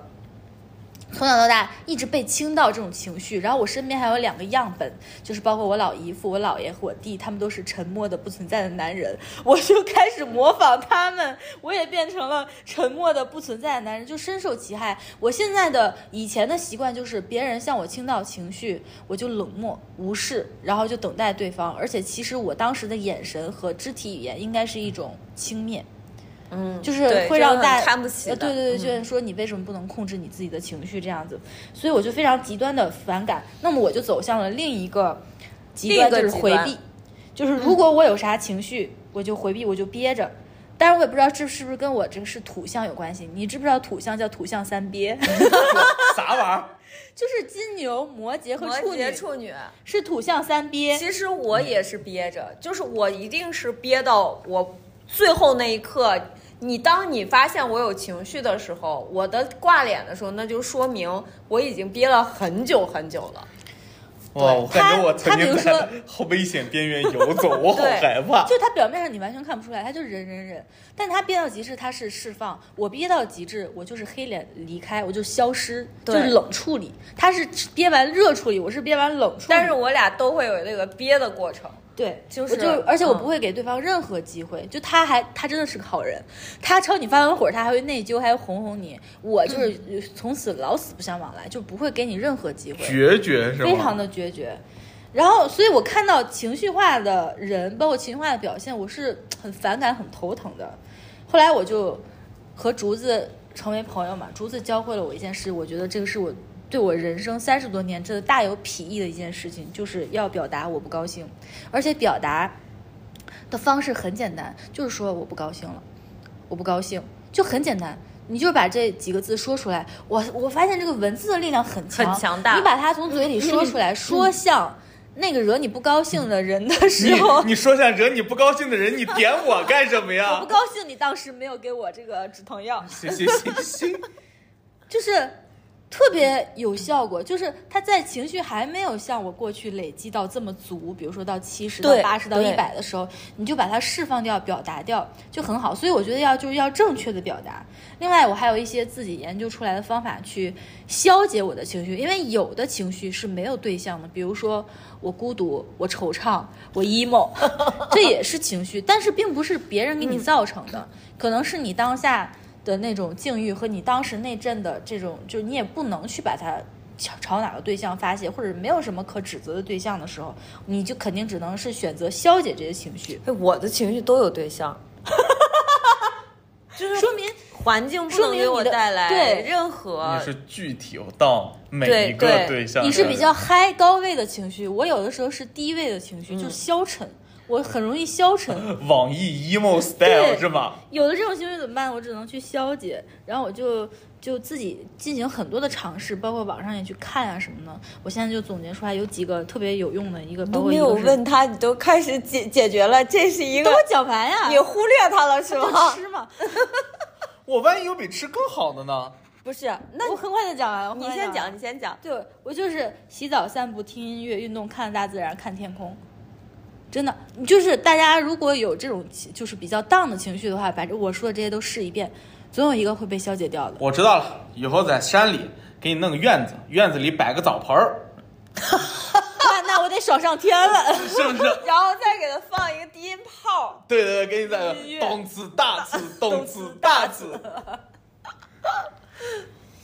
Speaker 3: 从小到大一直被倾倒这种情绪，然后我身边还有两个样本，就是包括我老姨夫、我姥爷和我弟，他们都是沉默的不存在的男人，我就开始模仿他们，我也变成了沉默的不存在的男人，就深受其害。我现在的以前的习惯就是，别人向我倾倒情绪，我就冷漠无视，然后就等待对方，而且其实我当时的眼神和肢体语言应该是一种轻蔑。
Speaker 4: 嗯，
Speaker 3: 就是
Speaker 4: 对
Speaker 3: 会让
Speaker 4: 就是很
Speaker 3: 大
Speaker 4: 看不起
Speaker 3: 呃
Speaker 4: 的。
Speaker 3: 对对对，
Speaker 4: 嗯
Speaker 3: 就，是说你为什么不能控制你自己的情绪这样子？所以我就非常极端的反感。那么我就走向了另一个极端，
Speaker 4: 另
Speaker 3: 就
Speaker 4: 一
Speaker 3: 是
Speaker 4: 个
Speaker 3: 回
Speaker 4: 极
Speaker 3: 避
Speaker 4: 端，嗯
Speaker 3: 就是如果我有啥情绪，我就回避，我就憋着。但是我也不知道这是不是跟我这个是土象有关系。你知不知道土象叫土象三憋？
Speaker 2: 啥玩意儿？
Speaker 3: 就是金牛、摩羯
Speaker 4: 嗯
Speaker 3: 和
Speaker 4: 摩
Speaker 3: 处女
Speaker 4: 羯处女，
Speaker 3: 是土象三憋。
Speaker 4: 其实我也是憋着，就是我一定是憋到我最后那一刻。你当你发现我有情绪的时候，我的挂脸的时候，那就说明我已经憋了很久很久了。
Speaker 2: 哇，我感觉我
Speaker 3: 他
Speaker 2: 曾
Speaker 3: 他比
Speaker 2: 经
Speaker 3: 如
Speaker 2: 在危险边缘游走，我好害怕。
Speaker 3: 就他表面上你完全看不出来，他就是忍忍忍，但他憋到极致，他是释放；我憋到极致，我就是黑脸离开，我就消失，就
Speaker 4: 对
Speaker 3: 是冷处理。他是憋完热处理，我是憋完冷处理。
Speaker 4: 但是我俩都会有那个憋的过程。
Speaker 3: 对，
Speaker 4: 就是
Speaker 3: 我就而且我
Speaker 4: 嗯
Speaker 3: 不会给对方任何机会，就他还他真的是个好人，他朝你发完火，他还会内疚，还会哄哄你。我就是
Speaker 4: 嗯
Speaker 3: 呃从此老死不相往来，就不会给你任何机会，
Speaker 2: 决绝是吗？
Speaker 3: 非常的决绝。然后，所以我看到情绪化的人，包括情绪化的表现，我是很反感、很头疼的。后来我就和竹子成为朋友嘛，竹子教会了我一件事，我觉得这个是我对我人生三十多年真的大有裨益的一件事情，就是要表达我不高兴，而且表达的方式很简单，就是说我不高兴了，我不高兴，就很简单。你就把这几个字说出来，我我发现这个文字的力量很强，
Speaker 4: 很强大
Speaker 3: 你把它从嘴里说出来，说像那个惹你不高兴的人的时候，
Speaker 2: 你说下惹你不高兴的人，你点我干什么
Speaker 3: 我
Speaker 2: 呀
Speaker 3: 不？高兴，你当时没有给我这个止疼药，
Speaker 2: 行行行 行，
Speaker 3: 就是特别有效果，就是他在情绪还没有像我过去累积到这么足，比如说到七十到
Speaker 4: 对
Speaker 3: 八十到
Speaker 4: 对
Speaker 3: 一百的时候，你就把它释放掉、表达掉，就很好。所以我觉得要就是要正确的表达。另外，我还有一些自己研究出来的方法去消解我的情绪，因为有的情绪是没有对象的，比如说我孤独、我惆怅、我 emo，这也是情绪，但是并不是别人给
Speaker 4: 嗯
Speaker 3: 你造成的，可能是你当下的那种境遇和你当时内震的这种，就你也不能去把它朝朝哪个对象发泄，或者没有什么可指责的对象的时候，你就肯定只能是选择消解这些情绪，
Speaker 4: 哎，我的情绪都有对象，就是
Speaker 3: 说明
Speaker 4: 环境不
Speaker 3: 说
Speaker 4: 能
Speaker 3: 明
Speaker 4: 给
Speaker 3: 你
Speaker 4: 我
Speaker 3: 的
Speaker 4: 带来
Speaker 3: 对
Speaker 4: 任何
Speaker 2: 你是具体到每
Speaker 4: 对
Speaker 2: 一个
Speaker 4: 对
Speaker 2: 对象，
Speaker 3: 你是比较嗨高位的情绪，我有的时候是低位的情绪，就
Speaker 4: 嗯
Speaker 3: 消沉，我很容易消沉。
Speaker 2: 网易 emo style
Speaker 3: 对
Speaker 2: 是吗？
Speaker 3: 有了这种情绪怎么办？我只能去消解，然后我就就自己进行很多的尝试，包括网上也去看啊什么的。我现在就总结出来有几个特别有用的一个，包
Speaker 4: 都
Speaker 3: 括
Speaker 4: 没
Speaker 3: 一
Speaker 4: 有
Speaker 3: 个是
Speaker 4: 问他，你都开始解解决了，这是一
Speaker 3: 都
Speaker 4: 个
Speaker 3: 讲完呀，
Speaker 4: 你忽略他了是
Speaker 3: 就
Speaker 4: 吗？
Speaker 3: 吃嘛？
Speaker 2: 我万一有比吃更好的呢？
Speaker 4: 不是，那
Speaker 3: 我很快就讲完了，我很
Speaker 4: 你
Speaker 3: 快
Speaker 4: 先
Speaker 3: 就完
Speaker 4: 讲，
Speaker 3: 了
Speaker 4: 你。先讲。
Speaker 3: 对，我就是洗澡、散步、听音乐、运动、看大自然、看天空。真的，就是大家如果有这种情就是比较荡的情绪的话，把这我说的这些都试一遍，总有一个会被消解掉的。
Speaker 2: 我知道了，以后在山里给你弄个院子，院子里摆个澡盆儿，
Speaker 3: 哇，那我得爽上天了。
Speaker 2: 是不是？
Speaker 4: 然后再给他放一个低音炮，
Speaker 2: 对对对，给你在个动次大次，动次大次。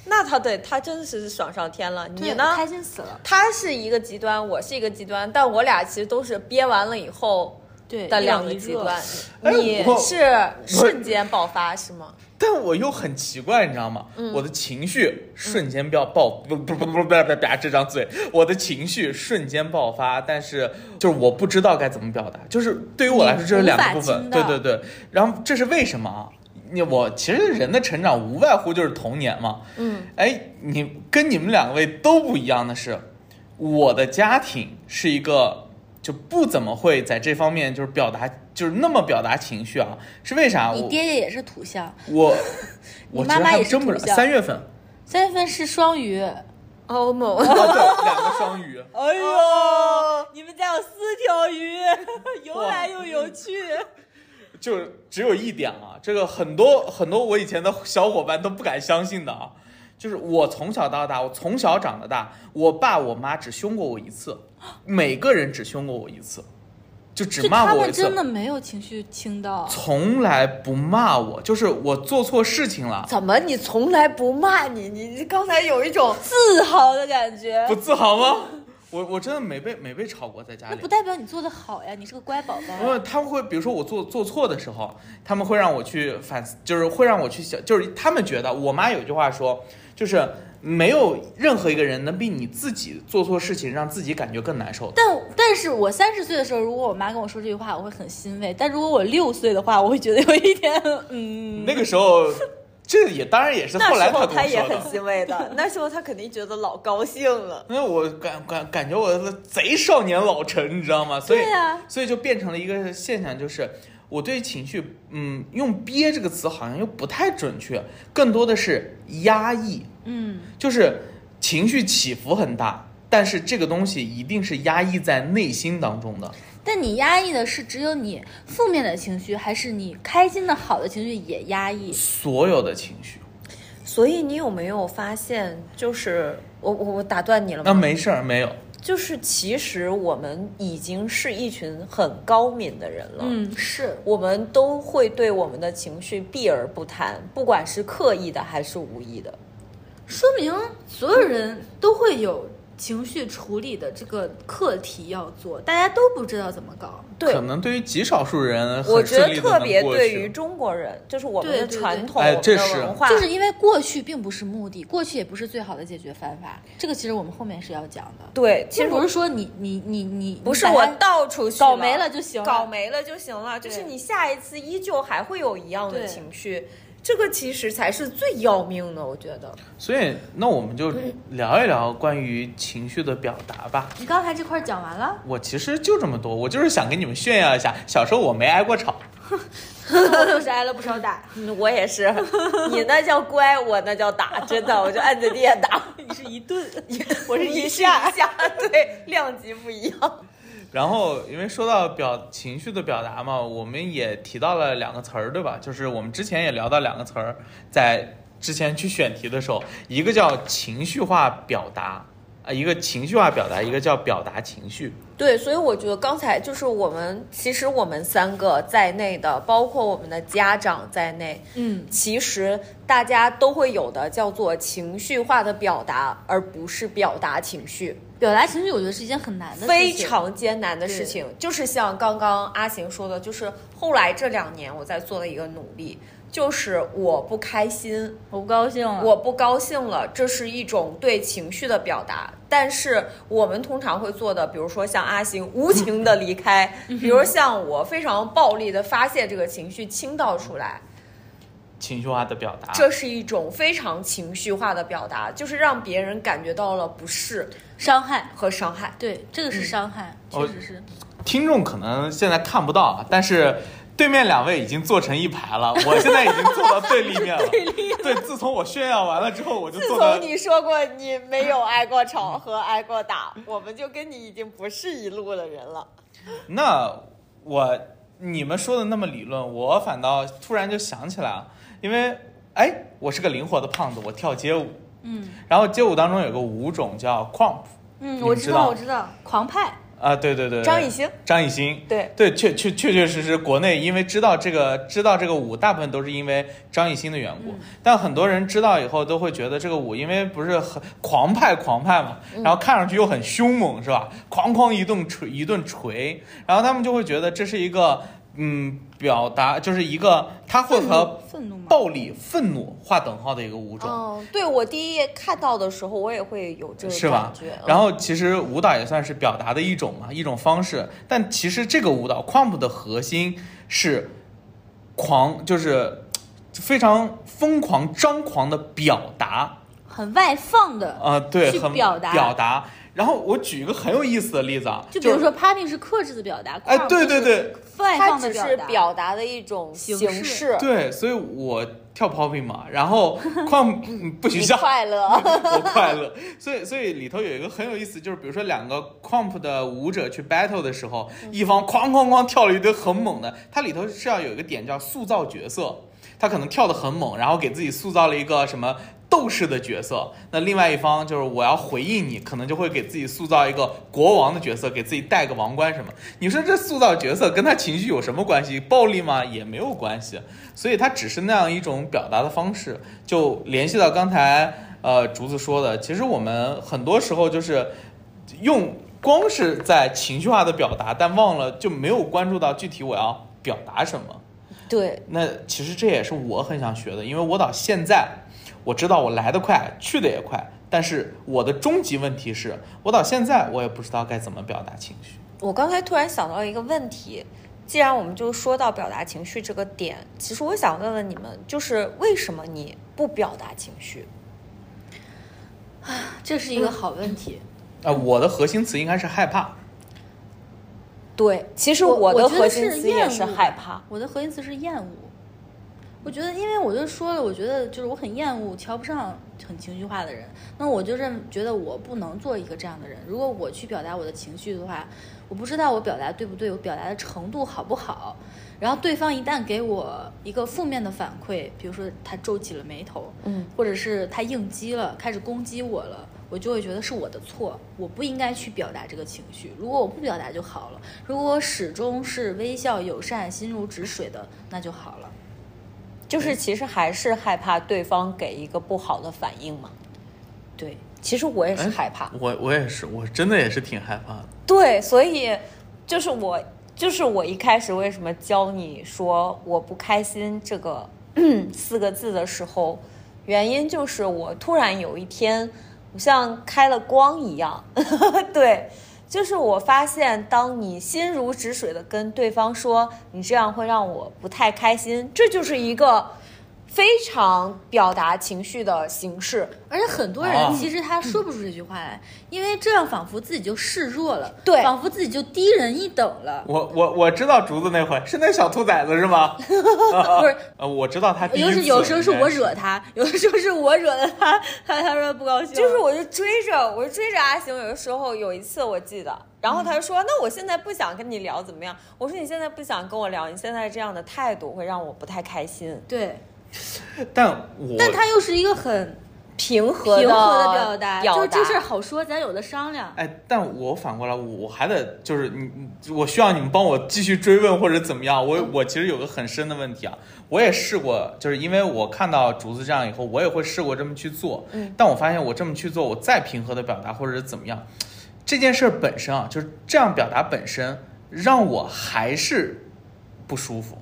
Speaker 4: 那他对他真是爽上天了。你
Speaker 3: 对
Speaker 4: 呢？
Speaker 3: 开心死了。
Speaker 4: 他是一个极端，我是一个极端，但我俩其实都是憋完了以后
Speaker 3: 对
Speaker 4: 的
Speaker 3: 一
Speaker 4: 两
Speaker 3: 冷
Speaker 4: 个
Speaker 3: 一
Speaker 4: 极
Speaker 3: 热
Speaker 4: 端。
Speaker 2: 哎
Speaker 4: 你
Speaker 2: 我
Speaker 4: 是瞬间爆发是吗？
Speaker 2: 但我又很奇怪，你知道吗？
Speaker 3: 嗯
Speaker 2: 我的情绪瞬间爆爆，不不不不不不不，这张嘴，我的情绪瞬间爆发，但是就是我不知道该怎么表达，就是对于我来说，这是两个部分，
Speaker 3: 你无
Speaker 2: 对
Speaker 3: 法
Speaker 2: 对
Speaker 3: 听
Speaker 2: 对。然后这是为什么啊？你我其实人的成长无外乎就是童年嘛，嗯，哎，你跟你们两位都不一样的是，我的家庭是一个就不怎么会在这方面就是表达就是那么表达情绪啊，是为啥？
Speaker 3: 你
Speaker 2: 我
Speaker 3: 爹爹也是土象，
Speaker 2: 我， 我
Speaker 3: 妈
Speaker 2: 觉得
Speaker 3: 妈
Speaker 2: 还
Speaker 3: 也是
Speaker 2: 真不
Speaker 3: 土
Speaker 2: 是
Speaker 3: 象
Speaker 2: 三月 份，啊
Speaker 3: 三月份是双鱼，
Speaker 4: 欧某
Speaker 2: 哦，对，两个双鱼，
Speaker 1: 哎
Speaker 2: 哦
Speaker 1: 呦，你们家有四条 鱼，游来又有去。
Speaker 2: 就只有一点啊，这个很多很多我以前的小伙伴都不敢相信的啊，就是我从小到大，我从小长到大，我爸我妈只凶过我一次，每个人只凶过我一次，就只
Speaker 3: 就
Speaker 2: 骂
Speaker 3: 他
Speaker 2: 过我一
Speaker 3: 们
Speaker 2: 次，
Speaker 3: 真的没有情绪轻到。
Speaker 2: 从来不骂我，就是我做错事情了。
Speaker 4: 怎么你从来不骂你？你你刚才有一种
Speaker 3: 自豪的感觉
Speaker 2: 不，自豪 吗？我我真的没被没被吵过，在家
Speaker 3: 那
Speaker 2: 里
Speaker 3: 不。代表你做的好呀，你是个乖宝
Speaker 2: 不
Speaker 3: 宝。
Speaker 2: 是，他们会，比如说我做做错的时候，他们会让我去反思，就是会让我去想，就是他们觉得我妈有句话说，就是没有任何一个人能比你自己做错事情让自己感觉更难受的。
Speaker 3: 但但是我三十岁的时候，如果我妈跟我说这句话，我会很欣慰；但如果我六岁的话，我会觉得有一点，嗯，
Speaker 2: 那个时候，这也当然也是
Speaker 4: 那
Speaker 2: 后来
Speaker 4: 时
Speaker 2: 他
Speaker 4: 候
Speaker 2: 跟我
Speaker 4: 他也
Speaker 2: 说
Speaker 4: 很
Speaker 2: 的。
Speaker 4: 欣慰 的，那时候他肯定觉得老高兴了。
Speaker 2: 那我感感感觉我贼少年老成，你知道吗？所以、
Speaker 3: 对呀
Speaker 2: 所以就变成了一个现象，就是我对情绪，嗯，用“憋”这个词好像又不太准确，更多的是压抑。
Speaker 3: 嗯，
Speaker 2: 就是情绪起伏很大，但是这个东西一定是压抑在内心当中的。
Speaker 3: 但你压抑的是只有你负面的情绪，还是你开心的好的情绪也压抑？
Speaker 2: 所有的情绪，
Speaker 4: 所以你有没有发现，就是我我我打断你了
Speaker 2: 那
Speaker 4: 吗？
Speaker 2: 啊没事儿，没有。
Speaker 4: 就是其实我们已经是一群很高敏的人了，
Speaker 3: 嗯，是
Speaker 4: 我们都会对我们的情绪避而不谈，不管是刻意的还是无意的。
Speaker 3: 说明所有人都会有情绪处理的这个课题要做，大家都不知道怎么搞。
Speaker 4: 对
Speaker 2: 可能对于极少数人，
Speaker 4: 我觉得特别对于中国人，就是我们
Speaker 3: 对
Speaker 4: 的
Speaker 3: 对
Speaker 4: 传
Speaker 3: 对
Speaker 4: 统、
Speaker 2: 哎
Speaker 4: 我们
Speaker 2: 这是
Speaker 4: 的文化，
Speaker 3: 就是因为过去并不是目的，过去也不是最好的解决方法。这个其实我们后面是要讲的。
Speaker 4: 对，其
Speaker 3: 并
Speaker 4: 实
Speaker 3: 不是说你你你你
Speaker 4: 不是
Speaker 3: 你
Speaker 4: 我
Speaker 3: 把它
Speaker 4: 到处去
Speaker 3: 搞没了就行了
Speaker 4: 搞没了就行了，就是
Speaker 3: 对
Speaker 4: 你下一次依旧还会有一样的
Speaker 3: 对
Speaker 4: 情绪，这个其实才是最要命的，我觉得。
Speaker 2: 所以，那我们就聊一聊关于情绪的表达吧。
Speaker 3: 你刚才这块儿讲完了，
Speaker 2: 我其实就这么多，我就是想跟你们炫耀一下，小时候我没挨过吵。
Speaker 3: 我可是挨了不少打。
Speaker 4: 嗯，我也是， 你那叫乖，我那叫 打，真的，我就按着地下打，你是一顿， 我是一下一下，对，量级不一样。
Speaker 2: 然后，因为说到表情绪的表达嘛，我们也提到了两个词儿，对吧？就是我们之前也聊到两个词儿，在之前去选题的时候，一个叫情绪化表达，啊，一个情绪化表达，一个叫表达情绪。
Speaker 4: 对，所以我觉得刚才就是我们，其实我们三个在内的，包括我们的家长在内，
Speaker 3: 嗯，
Speaker 4: 其实大家都会有的叫做情绪化的表达，而不是表达情绪，
Speaker 3: 表达情绪我觉得是一件很难的事
Speaker 4: 非
Speaker 3: 情
Speaker 4: 常艰难的事情。就是像刚刚阿行说的，就是后来这两年我在做的一个努力，就是我不开心，
Speaker 3: 我不高兴了。
Speaker 4: 我不高兴了，这是一种对情绪的表达。但是我们通常会做的，比如说像阿星无情的离开，比如像我非常暴力的发泄这个情绪倾倒出来，
Speaker 2: 情绪化的表达，
Speaker 4: 这是一种非常情绪化的表达，就是让别人感觉到了不适
Speaker 3: 伤害，
Speaker 4: 和伤害。
Speaker 3: 对，这个是伤害，
Speaker 2: 哦
Speaker 3: 确实是。
Speaker 2: 听众可能现在看不到，啊，但是对面两位已经坐成一排了，我现在已经坐到对立面了。 对自从我炫耀完了之后，我就
Speaker 4: 自
Speaker 2: 坐到
Speaker 4: 从你说过你没有挨过吵和挨过打，我们就跟你已经不是一路的人了。
Speaker 2: 那我你们说的那么理论，我反倒突然就想起来了，因为哎，我是个灵活的胖子，我跳街舞，
Speaker 3: 嗯
Speaker 2: 然后街舞当中有个舞种叫 crump，
Speaker 3: 嗯，
Speaker 2: 你
Speaker 3: 我
Speaker 2: 们
Speaker 3: 知
Speaker 2: 知道
Speaker 3: 道，我知道，狂派。
Speaker 2: 啊，对对对，对
Speaker 4: 张艺兴，
Speaker 2: 张艺兴，
Speaker 4: 对
Speaker 2: 对，确确确确实实，国内因为知道这个知道这个舞，大部分都是因为张艺兴的缘故。
Speaker 3: 嗯
Speaker 2: 但很多人知道以后都会觉得这个舞，因为不是很狂派狂派嘛，
Speaker 3: 嗯
Speaker 2: 然后看上去又很凶猛，是吧？哐哐一顿锤一顿锤，然后他们就会觉得这是一个嗯表达，就是一个它会
Speaker 3: 愤
Speaker 2: 和
Speaker 3: 怒，愤怒吗？
Speaker 2: 暴力、愤怒划等号的一个舞种。
Speaker 4: 嗯，对我第一眼看到的时候，我也会有这个
Speaker 2: 是吧
Speaker 4: 感觉。嗯
Speaker 2: 然后其实舞蹈也算是表达的一种嘛，一种方式。但其实这个舞蹈 crump 的核心是狂，就是非常疯狂、张狂的表达
Speaker 3: 很外放的
Speaker 2: 啊、对，
Speaker 3: 去
Speaker 2: 很
Speaker 3: 表达
Speaker 2: 表达。然后我举一个很有意思的例子啊，
Speaker 3: 就比如说 popping 是克制的表达，
Speaker 2: 哎
Speaker 3: crump
Speaker 2: 对对
Speaker 3: 就是外
Speaker 4: 它
Speaker 3: 放的
Speaker 4: 只
Speaker 3: 表
Speaker 4: 是
Speaker 3: 达。
Speaker 4: 表达的一种
Speaker 3: 形
Speaker 4: 形
Speaker 3: 式
Speaker 4: 式，
Speaker 2: 对，所以我跳 popping 嘛，然后 crump 嗯不许
Speaker 4: 你
Speaker 2: 笑，
Speaker 4: 快乐。
Speaker 2: 我快乐。所以所以里头有一个很有意思，就是比如说两个 comp 的舞者去 battle 的时候，一方哐哐哐跳了一堆很猛的，它里头是要有一个点叫塑造角色，他可能跳得很猛，然后给自己塑造了一个什么。斗士的角色，那另外一方就是我要回应你，可能就会给自己塑造一个国王的角色，给自己戴个王冠什么。你说这塑造角色跟他情绪有什么关系？暴力吗？也没有关系，所以它只是那样一种表达的方式。就联系到刚才呃，竹子说的，其实我们很多时候就是用光是在情绪化的表达，但忘了就没有关注到具体我要表达什么。
Speaker 4: 对，
Speaker 2: 那其实这也是我很想学的，因为我到现在我知道我来得快，去得也快，但是我的终极问题是我到现在我也不知道该怎么表达情绪。
Speaker 4: 我刚才突然想到一个问题，既然我们就说到表达情绪这个点，其实我想问问你们，就是为什么你不表达情绪？
Speaker 3: 这是一
Speaker 4: 嗯
Speaker 3: 个好问题。
Speaker 2: 啊、我的核心词应该是害怕。
Speaker 4: 对，其实
Speaker 3: 我
Speaker 4: 的
Speaker 3: 觉得
Speaker 4: 核心词
Speaker 3: 厌
Speaker 4: 也
Speaker 3: 恶
Speaker 4: 是害怕。嗯
Speaker 3: 我的核心词是厌恶。我觉得，因为我就说了，我觉得就是我很厌恶瞧不上很情绪化的人，那我就认觉得我不能做一个这样的人。如果我去表达我的情绪的话，我不知道我表达对不对，我表达的程度好不好。然后对方一旦给我一个负面的反馈，比如说他皱起了眉头，
Speaker 4: 嗯，
Speaker 3: 或者是他应激了，开始攻击我了，我就会觉得是我的错，我不应该去表达这个情绪。如果我不表达就好了，如果我始终是微笑友善、心如止水的，那就好了。
Speaker 4: 就是其实还是害怕对方给一个不好的反应嘛。对，其实我也
Speaker 2: 哎
Speaker 4: 是害怕。
Speaker 2: 我我也是，我真的也是挺害怕的。
Speaker 4: 对，所以就是我，就是我一开始为什么教你说我不开心这个 四个字的时候，原因就是我突然有一天，我像开了光一样， 对。就是我发现，当你心如止水的跟对方说你这样会让我不太开心，这就是一个非常表达情绪的形式。
Speaker 3: 而且很多
Speaker 2: 哦
Speaker 3: 人其实他说不出这句话来，因为这样仿佛自己就示弱了，
Speaker 4: 对
Speaker 3: 仿佛自己就低人一等了。
Speaker 2: 我我我知道竹子那回是那小兔崽子是 吗？
Speaker 3: 不是，
Speaker 2: 呃，我知道他第一
Speaker 3: 有
Speaker 2: 次
Speaker 3: 时有时候是
Speaker 2: 应该
Speaker 3: 我惹他，有的时候是我惹的他，他他说不高兴了，
Speaker 4: 就是我就追着，我就追着阿行。有的时候有一次我记得，然后他就说：“那我现在不想跟你聊，怎么样？”我说：“你现在不想跟我聊，你现在这样的态度会让我不太开心。
Speaker 3: 对，
Speaker 2: 但我
Speaker 3: 但他又是一个很
Speaker 4: 平和的
Speaker 3: 平和的表达，
Speaker 4: 表
Speaker 3: 就是这事儿好说，咱有的商量。
Speaker 2: 哎，但我反过来，我我还得就是你，你我需要你们帮我继续追问或者怎么样。
Speaker 3: 嗯
Speaker 2: 我我其实有个很深的问题啊，我也试过，就是因为我看到竹子这样以后，我也会试过这么去做。嗯，但我发现我这么去做，我再平和的表达或者是怎么样，这件事儿本身啊，就是这样表达本身，让我还是不舒服。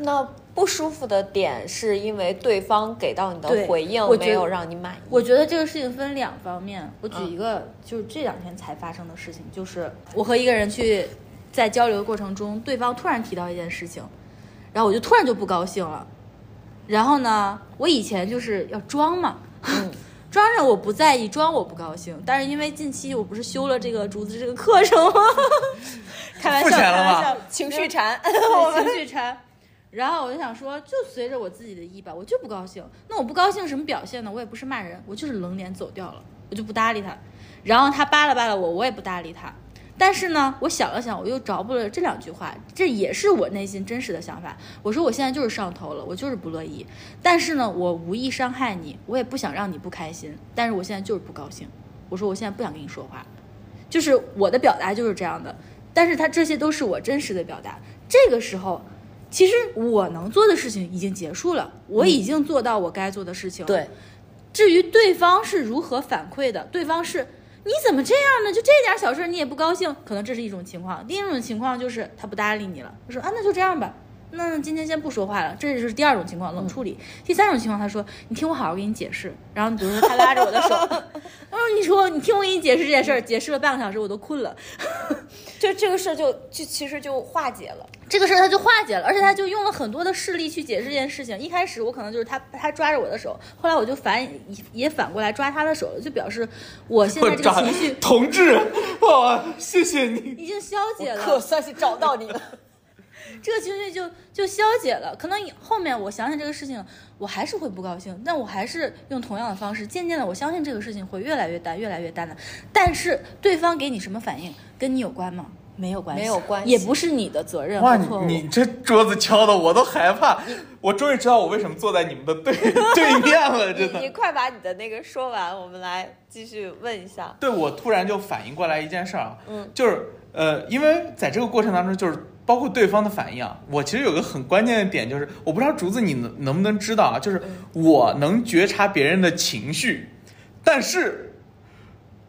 Speaker 4: 那不舒服的点是因为对方给到你的
Speaker 3: 对
Speaker 4: 回应
Speaker 3: 我觉
Speaker 4: 没
Speaker 3: 得
Speaker 4: 有让你满意。
Speaker 3: 我觉得这个事情分两方面，我
Speaker 2: 嗯
Speaker 3: 举一个、就是这两天才发生的事情，就是我和一个人去在交流的过程中，对方突然提到一件事情，然后我就突然就不高兴了。然后呢，我以前就是要装嘛，
Speaker 2: 嗯
Speaker 3: 装着我不在意，装我不高兴。但是因为近期我不是修了这个竹子这个课程吗？ 开玩
Speaker 2: 付
Speaker 3: 笑，
Speaker 2: 钱
Speaker 3: 开
Speaker 2: 了吗
Speaker 3: 玩笑，
Speaker 4: 情绪禅，
Speaker 3: 对情绪差。然后我就想说，就随着我自己的意吧，我就不高兴。那我不高兴什么表现呢？我也不是骂人，我就是冷脸走掉了，我就不搭理他。然后他扒拉扒拉我，我也不搭理他。但是呢，我想了想，我又着不了这两句话，这也是我内心真实的想法。我说我现在就是上头了，我就是不乐意。但是呢，我无意伤害你，我也不想让你不开心。但是我现在就是不高兴。我说我现在不想跟你说话。就是我的表达就是这样的，但是他这些都是我真实的表达。这个时候，其实我能做的事情已经结束了，我已经做到我该做的事情了。
Speaker 4: 对，
Speaker 3: 至于对方是如何反馈的，对方是你怎么这样呢？就这点小事你也不高兴，可能这是一种情况。第一种情况就是他不搭理你了，他说啊那就这样吧，那今天先不说话了，这就是第二种情况，冷处理。第三种情况，他说你听我好好给你解释，然后比如说他拉着我的手， 他说你说你听我给你解释这件事儿，解释了半个小时我都困了，
Speaker 4: 就这个事儿就就其实就化解了。
Speaker 3: 这个事儿他就化解了，而且他就用了很多的事例去解释这件事情。一开始我可能就是他他抓着我的手，后来我就反也反过来抓他的手了，就表示我现在这个情绪
Speaker 2: 同志，哇，谢谢你。
Speaker 3: 已经消解
Speaker 4: 可
Speaker 3: 了，
Speaker 4: 算是找到你了。
Speaker 3: 这个情绪就就消解了。可能以后面我想想这个事情，我还是会不高兴，但我还是用同样的方式。渐渐的，我相信这个事情会越来越淡，越来越淡的。但是对方给你什么反应，跟你有关吗？没有关系，
Speaker 4: 没有关系
Speaker 3: 也不是你的责任
Speaker 2: 哇，
Speaker 3: 和
Speaker 2: 你
Speaker 3: 错误。
Speaker 2: 你这桌子敲的我都害怕，我终于知道我为什么坐在你们的 对对面了，
Speaker 4: 你
Speaker 2: 真的
Speaker 4: 你。快把你的那个说完，我们来继续问一下。
Speaker 2: 对，我突然就反应过来一件事儿啊，嗯，就是呃，因为在这个过程当中，就是包括对方的反应啊，我其实有个很关键的点，就是我不知道竹子你能能不能知道啊，就是
Speaker 3: 嗯
Speaker 2: 我能觉察别人的情绪，但是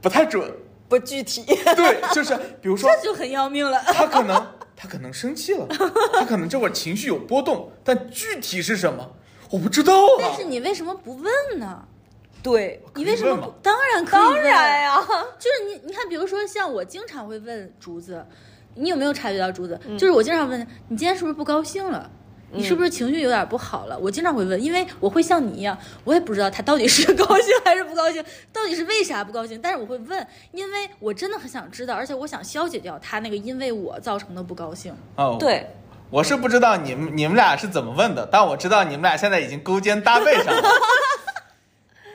Speaker 2: 不太准。
Speaker 4: 不具体，
Speaker 2: 对，就是比如说
Speaker 3: 这就很要命了。
Speaker 2: 他可能 他可能生气了，他可能这会儿情绪有波动，但具体是什么我不知道啊。
Speaker 3: 但是你为什么不问呢？
Speaker 4: 对，
Speaker 2: 可以
Speaker 3: 你为什么
Speaker 2: 问
Speaker 3: 不
Speaker 2: 嘛？
Speaker 3: 当然可以啊
Speaker 4: 当然
Speaker 3: 呀、
Speaker 4: 呀、
Speaker 3: 就是你你看，比如说像我经常会问竹子，你有没有察觉到竹子？
Speaker 4: 嗯
Speaker 3: 就是我经常问你今天是不是不高兴了？你是不是情绪有点不好了？我经常会问，因为我会像你一样，我也不知道他到底是高兴还是不高兴，到底是为啥不高兴。但是我会问，因为我真的很想知道，而且我想消解掉他那个因为我造成的不高兴。
Speaker 2: 哦，，
Speaker 4: 对，
Speaker 2: 我是不知道你们你们俩是怎么问的，但我知道你们俩现在已经勾肩搭背上了。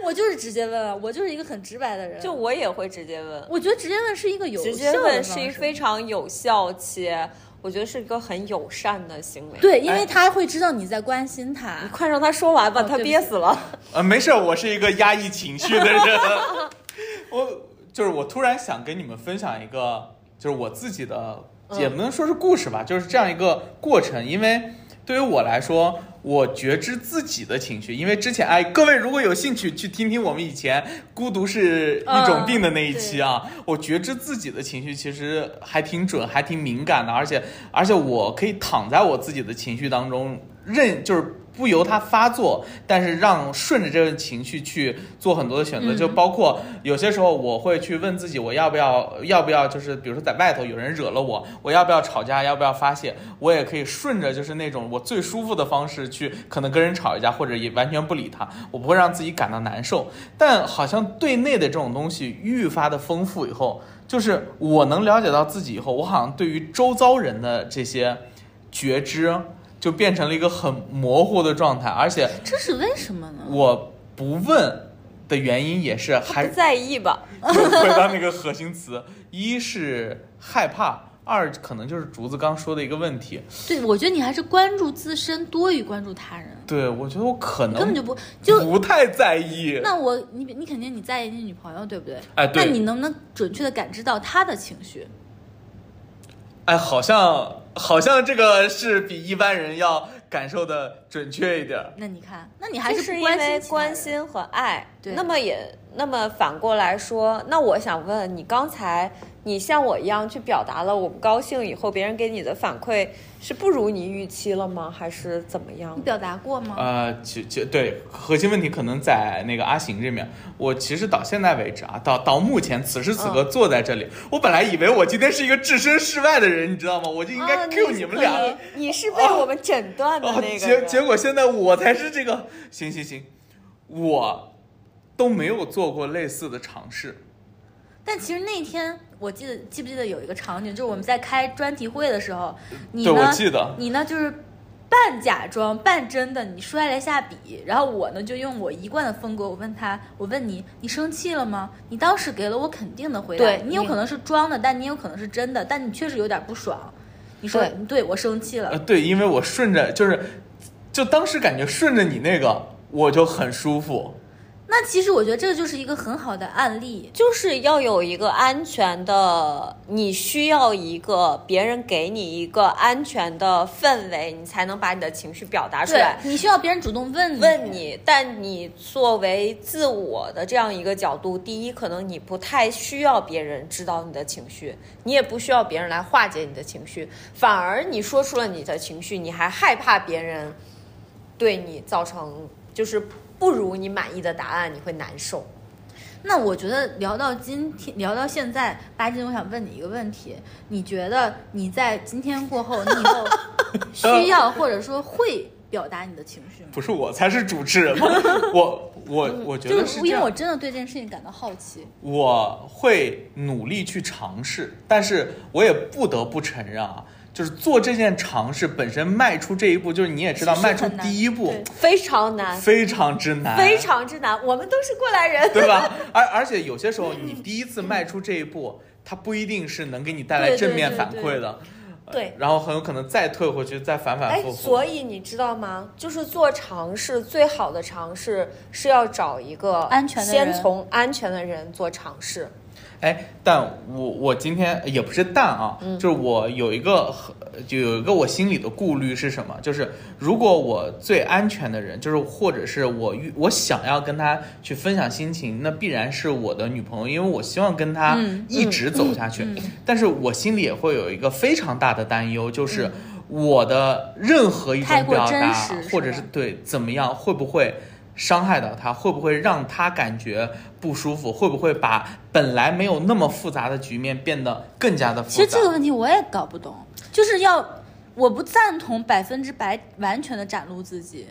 Speaker 3: 我就是直接问啊，我就是一个很直白的人。
Speaker 4: 就我也会直接问，
Speaker 3: 我觉得直接问是一个有效
Speaker 4: 直
Speaker 3: 的
Speaker 4: 接问是
Speaker 3: 方
Speaker 4: 一
Speaker 3: 式
Speaker 4: 非常有效且我觉得是一个很友善的行为。，
Speaker 3: 对，因
Speaker 2: 哎
Speaker 3: 为他会知道你在关心他。
Speaker 4: 你快让他说完吧，
Speaker 3: 哦
Speaker 4: 他
Speaker 3: 对不
Speaker 4: 憋
Speaker 3: 起
Speaker 4: 死了。
Speaker 2: 呃，没事儿，我是一个压抑情绪的人。 我就是我突然想跟你们分享一个，就是我自己的，也不能说是故事吧，就是这样一个过程。因为对于我来说，我觉知自己的情绪，因为之前哎，各位如果有兴趣去听听我们以前《孤独是一种病》的那一期啊，我觉知自己的情绪其实还挺准，还挺敏感的，而且而且我可以躺在我自己的情绪当中，任就是。不由它发作，但是让顺着这个情绪去做很多的选择，就包括有些时候我会去问自己，我要不要要不要就是比如说在外头有人惹了我，我要不要吵架，要不要发泄，我也可以顺着就是那种我最舒服的方式去，可能跟人吵一架，或者也完全不理他，我不会让自己感到难受。但好像对内的这种东西愈发的丰富以后，就是我能了解到自己以后，我好像对于周遭人的这些觉知。就变成了一个很模糊的状态，而且
Speaker 3: 这是为什么呢？
Speaker 2: 我不问的原因也是还
Speaker 4: 不在意吧？
Speaker 2: 回到那个核心词， 一是害怕，二可能就是竹子刚说的一个问题。
Speaker 3: 对，我觉得你还是关注自身多于关注他人，
Speaker 2: 对我觉得我可能
Speaker 3: 根本就不就。
Speaker 2: 不太在意。
Speaker 3: 那我你你肯定你在意你女朋友对不对？
Speaker 2: 哎对
Speaker 3: 那你能不能准确的感知到她的情绪？
Speaker 2: 哎，好像好像这个是比一般人要感受的准确一点儿。
Speaker 3: 那你看，那你还
Speaker 4: 就是是
Speaker 3: 不
Speaker 4: 因
Speaker 3: 关心
Speaker 4: 为
Speaker 3: 其他
Speaker 4: 关
Speaker 3: 人
Speaker 4: 心和爱。
Speaker 3: 对
Speaker 4: 那么也那么反过来说，那我想问你，刚才你像我一样去表达了我不高兴以后，别人给你的反馈是不如你预期了吗？还是怎么样
Speaker 3: 你？表达过吗？
Speaker 2: 呃，其其对核心问题可能在那个阿行这面。我其实到现在为止啊，到到目前此时此
Speaker 3: 嗯
Speaker 2: 刻坐在这里，我本来以为我今天是一个置身事外的人，你知道吗？我就应该
Speaker 4: 啊
Speaker 2: Q 你们俩。
Speaker 4: 你你是被我们诊断的
Speaker 2: 哦，
Speaker 4: 那个
Speaker 2: 结
Speaker 4: 人。
Speaker 2: 结果现在我才是这个，行行行，我都没有做过类似的尝试。
Speaker 3: 但其实那天我记得，记不记得有一个场景，就是我们在开专题会的时候，你呢，
Speaker 2: 对我记得
Speaker 3: 你呢就是半假装半真的，你摔了一下笔，然后我呢就用我一贯的风格，我问他，我问你，你生气了吗？你当时给了我肯定的回答，
Speaker 4: 对
Speaker 3: 你有
Speaker 4: 你
Speaker 3: 可能是装的，但你有可能是真的，但你确实有点不爽。你说
Speaker 4: 对
Speaker 3: 对我生气了，
Speaker 2: 呃，对，因为我顺着就是，就当时感觉顺着你那个，我就很舒服。
Speaker 3: 那其实我觉得这个就是一个很好的案例，
Speaker 4: 就是要有一个安全的，你需要一个别人给你一个安全的氛围，你才能把你的情绪表达出
Speaker 3: 对
Speaker 4: 来。
Speaker 3: 你需要别人主动问你
Speaker 4: 问你，但你作为自我的这样一个角度，第一，可能你不太需要别人知道你的情绪，你也不需要别人来化解你的情绪，反而你说出了你的情绪，你还害怕别人对你造成就是不如你满意的答案，你会难受。
Speaker 3: 那我觉得聊到今天，聊到现在，巴金，我想问你一个问题：你觉得你在今天过后，你以后需要或者说会表达你的情绪吗？
Speaker 2: 不是我才是主持人吗？ 我我我觉
Speaker 3: 就
Speaker 2: 得是
Speaker 3: 是因
Speaker 2: 这
Speaker 3: 为我
Speaker 2: 样，
Speaker 3: 真的对这件事情感到好奇。
Speaker 2: 我会努力去尝试，但是我也不得不承认啊，就是做这件尝试本身迈出这一步，就是你也知道，
Speaker 3: 其实
Speaker 2: 迈出
Speaker 3: 很难
Speaker 2: 第一步
Speaker 3: 对
Speaker 4: 非常难，
Speaker 2: 非常之难，
Speaker 4: 非常之难。我们都是过来人，
Speaker 2: 对吧？而而且有些时候，你第一次迈出这一步，它不一定是能给你带来
Speaker 3: 对对
Speaker 2: 正面
Speaker 3: 对
Speaker 2: 反
Speaker 3: 对
Speaker 2: 馈的，呃
Speaker 4: 对
Speaker 2: 然后很有可能再退回去，再反反
Speaker 4: 哎
Speaker 2: 复，复。
Speaker 4: 所以你知道吗？就是做尝试，最好的尝试是要找一个
Speaker 3: 安全的人
Speaker 4: 先从安全的人做尝试。
Speaker 2: 哎，但我我今天也不是但啊，
Speaker 3: 嗯
Speaker 2: 就是我有一个很就有一个我心里的顾虑是什么？就是如果我最安全的人，就是或者是我遇我想要跟他去分享心情，那必然是我的女朋友，因为我希望跟她
Speaker 3: 嗯
Speaker 2: 一直走下去。但是我心里也会有一个非常大的担忧，就是我的任何一
Speaker 3: 嗯太
Speaker 2: 种
Speaker 3: 过
Speaker 2: 表
Speaker 3: 真
Speaker 2: 达
Speaker 3: 实，是
Speaker 2: 或者是
Speaker 3: 吧
Speaker 2: 对怎么样，会不会？伤害到他，会不会让他感觉不舒服？会不会把本来没有那么复杂的局面变得更加的复杂？
Speaker 3: 其实这个问题我也搞不懂，就是要我不赞同百分之百完全的展露自己。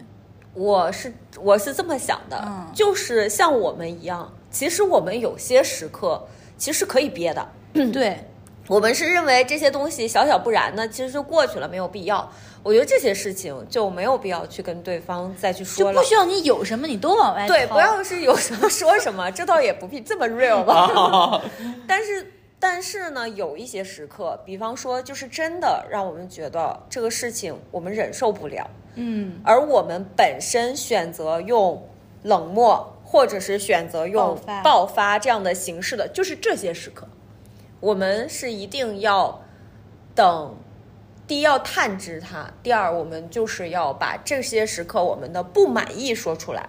Speaker 4: 我是我是这么想的，
Speaker 3: 嗯
Speaker 4: 就是像我们一样，其实我们有些时刻其实可以憋的。
Speaker 3: 对，
Speaker 4: 我们是认为这些东西小小不然呢，其实就过去了，没有必要。我觉得这些事情就没有必要去跟对方再去
Speaker 3: 就
Speaker 4: 说了
Speaker 3: 不。需要你有什么你都往外
Speaker 4: 对，
Speaker 3: 掏
Speaker 4: 不要是有什么说什么，这倒也不必这么 real 吧。
Speaker 3: 哦
Speaker 2: 啊，
Speaker 4: 但是但是呢，有一些时刻，比方说，就是真的让我们觉得这个事情我们忍受不了，
Speaker 3: 嗯，
Speaker 4: 而我们本身选择用冷漠或者是选择用
Speaker 3: 爆发
Speaker 4: 爆发这样的形式的，就是这些时刻，我们是一定要等。第一要探知它，第二我们就是要把这些时刻我们的不满意说出来。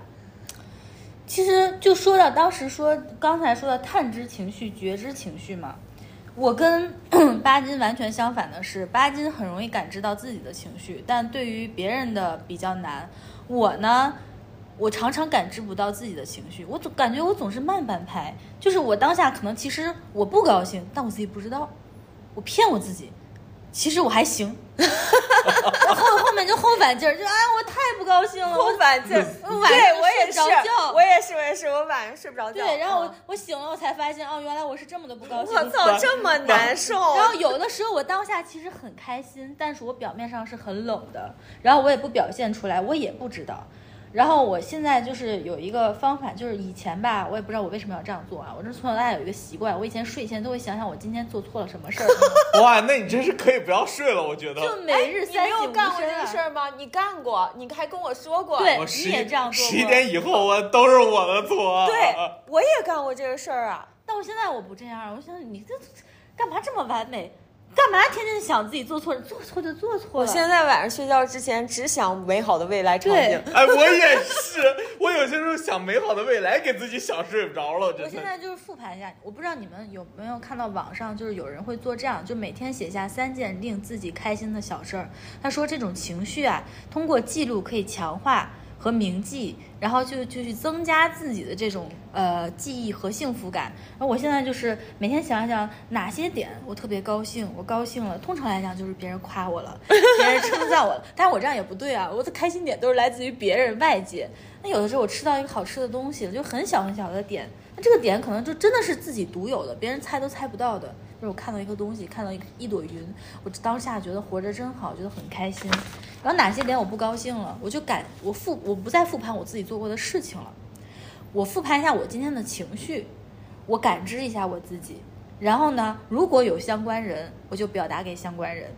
Speaker 3: 其实就说到当时说刚才说的探知情绪、觉知情绪嘛，我跟 巴金完全相反的是，巴金很容易感知到自己的情绪，但对于别人的比较难。我呢，我常常感知不到自己的情绪，我总感觉我总是慢半拍，就是我当下可能其实我不高兴，但我自己不知道，我骗我自己，其实我还行。 然后后面就后反劲儿，就哎，我太不高兴了，我
Speaker 4: 后反劲儿，
Speaker 3: 我晚上
Speaker 4: 对
Speaker 3: 就
Speaker 4: 我也
Speaker 3: 睡不
Speaker 4: 是
Speaker 3: 着觉，，
Speaker 4: 我也是，我也是，我晚上睡不着觉。
Speaker 3: 对，然后我、
Speaker 4: 嗯
Speaker 3: 我醒了，我才发现哦，原来我是这么的不高兴。
Speaker 4: 我操，这么难受。
Speaker 3: 然后有的时候我当下其实很开心，但是我表面上是很冷的，然后我也不表现出来，我也不知道。然后我现在就是有一个方法，就是以前吧，我也不知道我为什么要这样做啊。我这从小到大有一个习惯，我以前睡前都会想想我今天做错了什么 事儿，
Speaker 2: 哇，那你真是可以不要睡了，我觉
Speaker 3: 就
Speaker 2: 得。
Speaker 3: 每日
Speaker 4: 哎你没
Speaker 3: 三省
Speaker 4: 有
Speaker 3: 吾
Speaker 4: 干过这
Speaker 3: 身
Speaker 4: 个
Speaker 3: 啊
Speaker 4: 事。儿吗？你干过，你还跟我说过。
Speaker 3: 对
Speaker 2: 我
Speaker 3: 你
Speaker 2: 十
Speaker 3: 也这样做
Speaker 2: 十
Speaker 3: 过
Speaker 2: 一点以后我都是我的 错。
Speaker 4: 对，我也干过这个事儿啊。
Speaker 3: 但我现在我不这样，我想你这干嘛这么完美？干嘛天天想自己做错，做错就做错了？
Speaker 4: 我现在晚上睡觉之前只想美好的未来场
Speaker 3: 对
Speaker 4: 景。
Speaker 2: 哎，我也是， 我有些时候想美好的未来，给自己想睡不着了，
Speaker 3: 我
Speaker 2: 真
Speaker 3: 现
Speaker 2: 的。
Speaker 3: 在就是复盘一下，我不知道你们有没有看到网上就是有人会做这样，就每天写下三件令自己开心的小事儿。他说这种情绪啊，通过记录可以强化和铭记，然后就就去增加自己的这种呃记忆和幸福感。然后我现在就是每天想一想哪些点我特别高兴，我高兴了，通常来讲就是别人夸我了，别人称赞我了。 但是我这样也不对啊，我的开心点都是来自于别人外界。那有的时候我吃到一个好吃的东西了，就很小很小的点，那这个点可能就真的是自己独有的，别人猜都猜不到的。就是我看到一个东西，看到一个一朵云，我当下觉得活着真好，觉得很开心。然后哪些点我不高兴了，我就感我复我不再复盘我自己做过的事情了，我复盘一下我今天的情绪，我感知一下我自己。然后呢，如果有相关人，我就表达给相关人。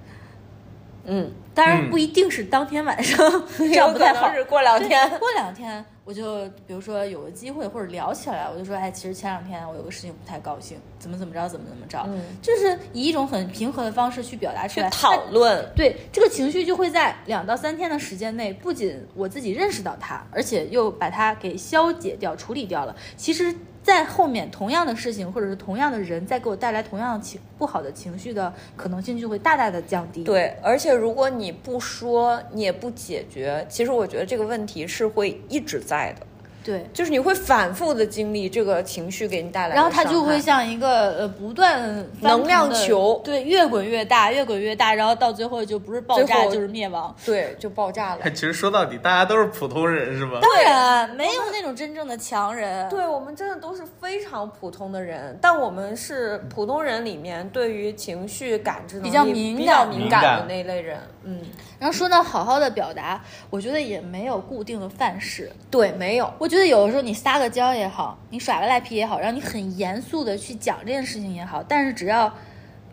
Speaker 4: 嗯，
Speaker 3: 当然
Speaker 2: 嗯
Speaker 3: 不一定是当天晚 上，这样不太
Speaker 4: 有可
Speaker 3: 好
Speaker 4: 能。是过两天
Speaker 3: 对过两天我就比如说有个机会或者聊起来，我就说，哎，其实前两天我有个事情不太高兴，怎么怎么着，怎么怎么着，就是以一种很平和的方式去表达
Speaker 4: 嗯
Speaker 3: 出
Speaker 4: 去
Speaker 3: 来。
Speaker 4: 讨论。
Speaker 3: 对这个情绪就会在两到三天的时间内，不仅我自己认识到它，而且又把它给消解掉、处理掉了。其实，在后面同样的事情或者是同样的人，再给我带来同样的情不好的情绪的可能性就会大大的降低。，
Speaker 4: 对，而且如果你不说，你也不解决，其实我觉得这个问题是会一直在的，
Speaker 3: 对，
Speaker 4: 就是你会反复的经历这个情绪给你带来的
Speaker 3: 然后它
Speaker 4: 伤
Speaker 3: 就会
Speaker 4: 害
Speaker 3: 像一个呃不断翻腾的
Speaker 4: 能量球
Speaker 3: 对，越滚越大，越滚越大，然后到最后就不是爆
Speaker 4: 最
Speaker 3: 炸
Speaker 4: 后
Speaker 3: 就是灭亡。
Speaker 4: 对就爆炸了。
Speaker 2: 哎其实说到底，大家都是普通人，是吧？
Speaker 3: 当然，没有那种真正的强人。
Speaker 4: 哦对我们真的都是非常普通的人，但我们是普通人里面对于情绪感知能力
Speaker 3: 比较敏
Speaker 4: 嗯比较
Speaker 3: 感
Speaker 4: 敏
Speaker 2: 敏感
Speaker 4: 感的那一类人。嗯，
Speaker 3: 然后说到好好的表达，我觉得也没有固定的范式。
Speaker 4: 对，没有，
Speaker 3: 我觉得有的时候你撒个娇也好，你耍个赖皮也好，让你很严肃的去讲这件事情也好，但是只要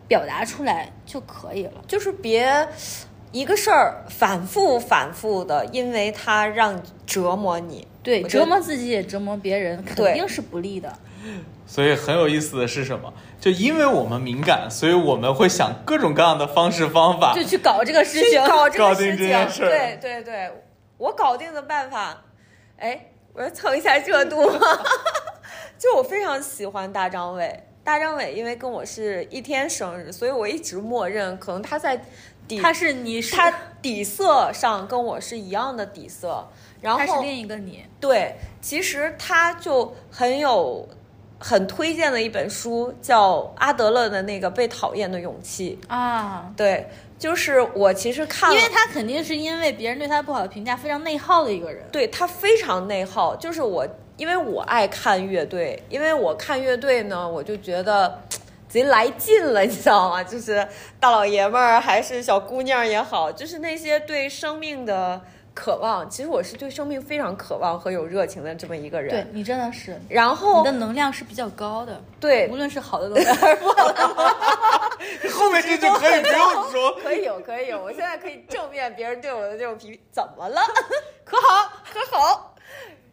Speaker 3: 表达出来就可以了。
Speaker 4: 就是别一个事儿反复反复的，因为它让折磨你。
Speaker 3: 对，
Speaker 4: 觉得
Speaker 3: 折磨自己也折磨别人，肯
Speaker 4: 对
Speaker 3: 定是不利的。
Speaker 2: 所以很有意思的是什么？就因为我们敏感，所以我们会想各种各样的方式方法
Speaker 3: 就。去搞这个事情，
Speaker 4: 啊搞这
Speaker 2: 搞
Speaker 4: 个
Speaker 2: 定
Speaker 4: 事
Speaker 2: 这
Speaker 4: 情，
Speaker 2: 件事儿
Speaker 4: 对对对，我搞定的办法，哎，我要蹭一下热度。 就我非常喜欢大张伟，大张伟因为跟我是一天生日，所以我一直默认可能他在底
Speaker 3: 他是你是
Speaker 4: 他底色上跟我是一样的底色，然
Speaker 3: 他是
Speaker 4: 后
Speaker 3: 另一个你，
Speaker 4: 对，其实他就很有很推荐的一本书叫阿德勒的那个《被讨厌的勇气》。
Speaker 3: 啊。
Speaker 4: 对，就是我其实看了，
Speaker 3: 因为他肯定是因为别人对他不好的评价非常内耗的一个人，
Speaker 4: 对他非常内耗，就是我，因为我爱看乐队，因为我看乐队呢，我就觉得自己来劲了，你知道吗？就是大老爷们儿还是小姑娘也好，就是那些对生命的渴望，其实我是对生命非常渴望和有热情的这么一个人。
Speaker 3: 对，你真的是，
Speaker 4: 然
Speaker 3: 你
Speaker 4: 后
Speaker 3: 的能量是比较高的，
Speaker 4: 对
Speaker 3: 无论是好的能量还 是不好的能量，
Speaker 2: 后面这就可以不用说。
Speaker 4: 可以有，可以有，我现在可以正面别人对我的这种批评，怎么了？可好，可好。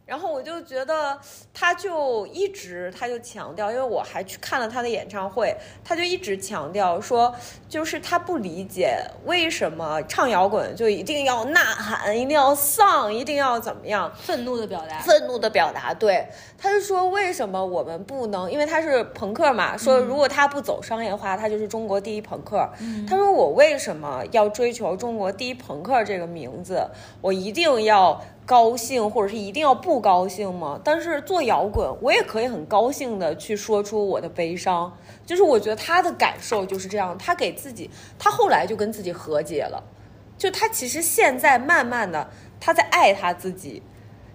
Speaker 4: 然后我就觉得，他就一直他就强调，因为我还去看了他的演唱会，他就一直强调说，就是他不理解为什么唱摇滚就一定要呐喊，一定要丧，一定要怎么样。
Speaker 3: 愤怒的表达，
Speaker 4: 愤怒的表达，对，他就说为什么我们不能？因为他是朋克嘛，说如果他不走商业化，他就是中国第一朋克。他说我为什么要追求中国第一朋克这个名字？我一定要高兴，或者是一定要不高兴吗？但是做摇滚，我也可以很高兴的去说出我的悲伤。就是我觉得他的感受就是这样，他给自己，他后来就跟自己和解了。就他其实现在慢慢的，他在爱他自己，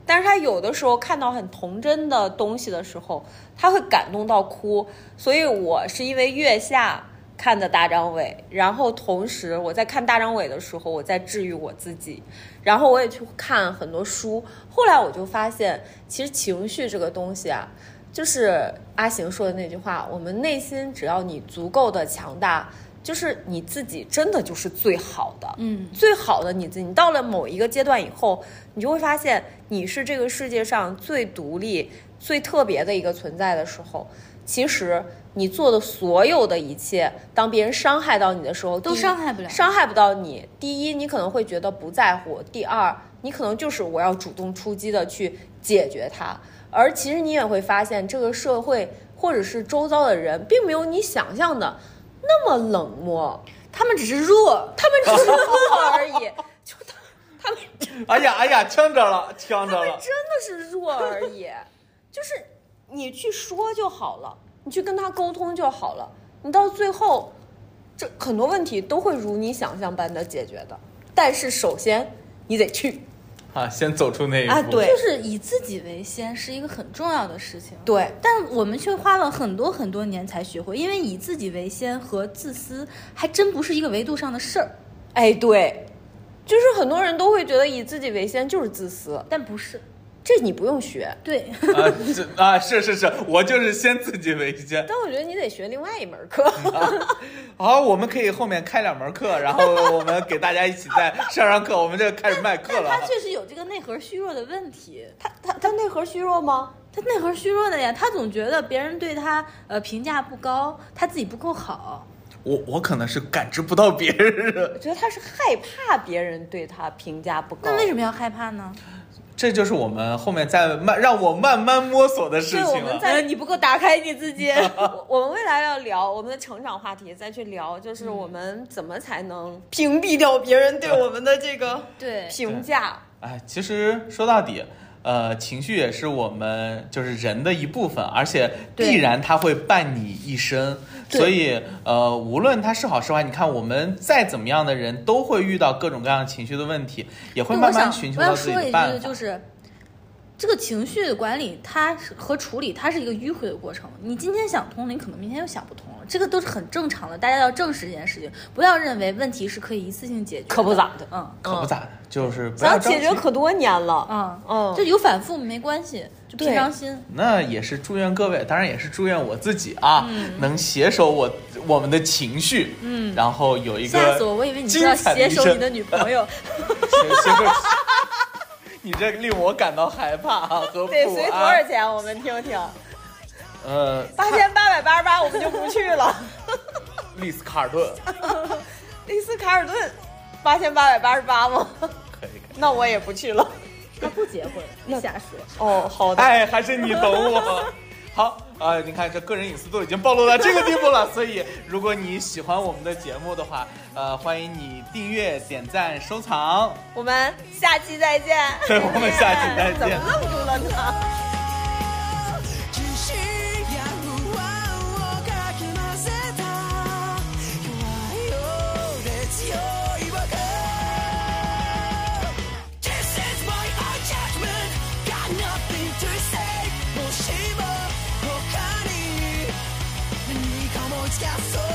Speaker 4: 但是他有的时候看到很童真的东西的时候，他会感动到哭。所以我是因为月下看的大张伟，然后同时我在看大张伟的时候，我在治愈我自己。然后我也去看很多书，后来我就发现，其实情绪这个东西啊，就是阿行说的那句话：我们内心只要你足够的强大，就是你自己真的就是最好的。
Speaker 3: 嗯，
Speaker 4: 最好的你自己。你到了某一个阶段以后，你就会发现你是这个世界上最独立、最特别的一个存在的时候，其实你做的所有的一切，当别人伤害到你的时候，
Speaker 3: 都
Speaker 4: 第一
Speaker 3: 伤害不了
Speaker 4: 伤害不到你。第一，你可能会觉得不在乎；第二，你可能就是我要主动出击的去解决它。而其实你也会发现，这个社会或者是周遭的人，并没有你想象的那么冷漠。
Speaker 3: 他们只是弱，
Speaker 4: 他们只是弱 而已，就他他们真
Speaker 2: 哎呀哎呀，呛着了，呛着了。
Speaker 4: 的是弱而已，就是你去说就好了，你去跟他沟通就好了，你到最后，这很多问题都会如你想象般的解决的。但是首先你得去，
Speaker 2: 啊，先走出那一步。
Speaker 4: 啊对
Speaker 3: 就是以自己为先是一个很重要的事情。
Speaker 4: 对
Speaker 3: 但我们却花了很多很多年才学会，因为以自己为先和自私还真不是一个维度上的事儿，
Speaker 4: 哎对，就是很多人都会觉得以自己为先就是自私，
Speaker 3: 但不是
Speaker 4: 这你不用学，
Speaker 3: 对。
Speaker 2: 啊，是啊，是是是，我就是先自己为先。
Speaker 4: 但我觉得你得学另外一门课。
Speaker 3: 嗯
Speaker 2: 好，我们可以后面开两门课，然后我们给大家一起再上上课。我们这开始卖课了啊
Speaker 3: 他。确实有这个内核虚弱的问题，
Speaker 4: 他他他内核虚弱吗？
Speaker 3: 他内核虚弱的呀，他总觉得别人对他呃评价不高，他自己不够好。
Speaker 2: 我我可能是感知不到别人
Speaker 4: 我，觉得他是害怕别人对他评价不高。
Speaker 3: 那为什么要害怕呢？
Speaker 2: 这就是我们后面再慢让我慢慢摸索的事
Speaker 4: 对，我
Speaker 2: 情
Speaker 4: 们
Speaker 2: 了。
Speaker 4: 在
Speaker 3: 呃，你不够打开你自己。
Speaker 4: 我我们未来要聊我们的成长话题，再去聊，就是我们怎么才能嗯屏蔽掉别人对我们的这个
Speaker 3: 对，
Speaker 4: 评价。
Speaker 2: 哎，其实说到底，呃，情绪也是我们就是人的一部分，而且
Speaker 3: 对
Speaker 2: 必然它会伴你一生。
Speaker 3: 对
Speaker 2: 所以，呃，无论它是好是坏，你看我们再怎么样的人都会遇到各种各样的情绪的问题，也会
Speaker 3: 对，
Speaker 2: 慢
Speaker 3: 我
Speaker 2: 慢
Speaker 3: 想
Speaker 2: 寻求
Speaker 3: 我要
Speaker 2: 到自己
Speaker 3: 说
Speaker 2: 的
Speaker 3: 一
Speaker 2: 办
Speaker 3: 句，
Speaker 2: 法
Speaker 3: 就。是这个情绪管理，它是和处理，它是一个迂回的过程。你今天想通了，你可能明天又想不通了，这个都是很正常的。大家要正视这件事情，不要认为问题是可以一次性解决的。
Speaker 4: 可不咋的
Speaker 3: 嗯
Speaker 2: 可不咋的，就是不
Speaker 4: 咱
Speaker 2: 要着
Speaker 4: 解
Speaker 2: 急
Speaker 4: 决。可多年了，
Speaker 3: 嗯
Speaker 4: 嗯
Speaker 3: 就有反复没关系，就平
Speaker 4: 对
Speaker 3: 常心。
Speaker 2: 那也是祝愿各位，当然也是祝愿我自己啊，
Speaker 3: 嗯
Speaker 2: 能携手我我们的情绪，嗯，然后有一个
Speaker 3: 吓死我！我以为你说要
Speaker 2: 精彩的
Speaker 3: 携
Speaker 2: 一
Speaker 3: 手
Speaker 2: 生
Speaker 3: 你的女朋友，
Speaker 2: 携手 你这令我感到害怕啊和不
Speaker 4: 对，所以多
Speaker 2: 安
Speaker 4: 少。钱？我们听听，
Speaker 2: 呃，
Speaker 4: 八千八百八十八，我们就不去 了。
Speaker 2: 丽斯卡 尔顿，
Speaker 4: 丽思卡尔顿，八千八百八十八吗？
Speaker 2: 可以可以。
Speaker 4: 那我也不去了。
Speaker 3: 她不结婚，别瞎说。
Speaker 4: 哦，好的。
Speaker 2: 哎，还是你懂我。好，呃，你看这个人隐私都已经暴露到这个地步了，所以如果你喜欢我们的节目的话，呃，欢迎你订阅、点赞、收藏。
Speaker 4: 我们下期再见。
Speaker 2: 对， 我们下期再
Speaker 4: 怎么
Speaker 2: 见。
Speaker 4: 愣住了呢？
Speaker 7: 只是要我かき混ぜた弱いようで強い僕 This is my own judgment Got nothing to say もしも他に何か持ち出そう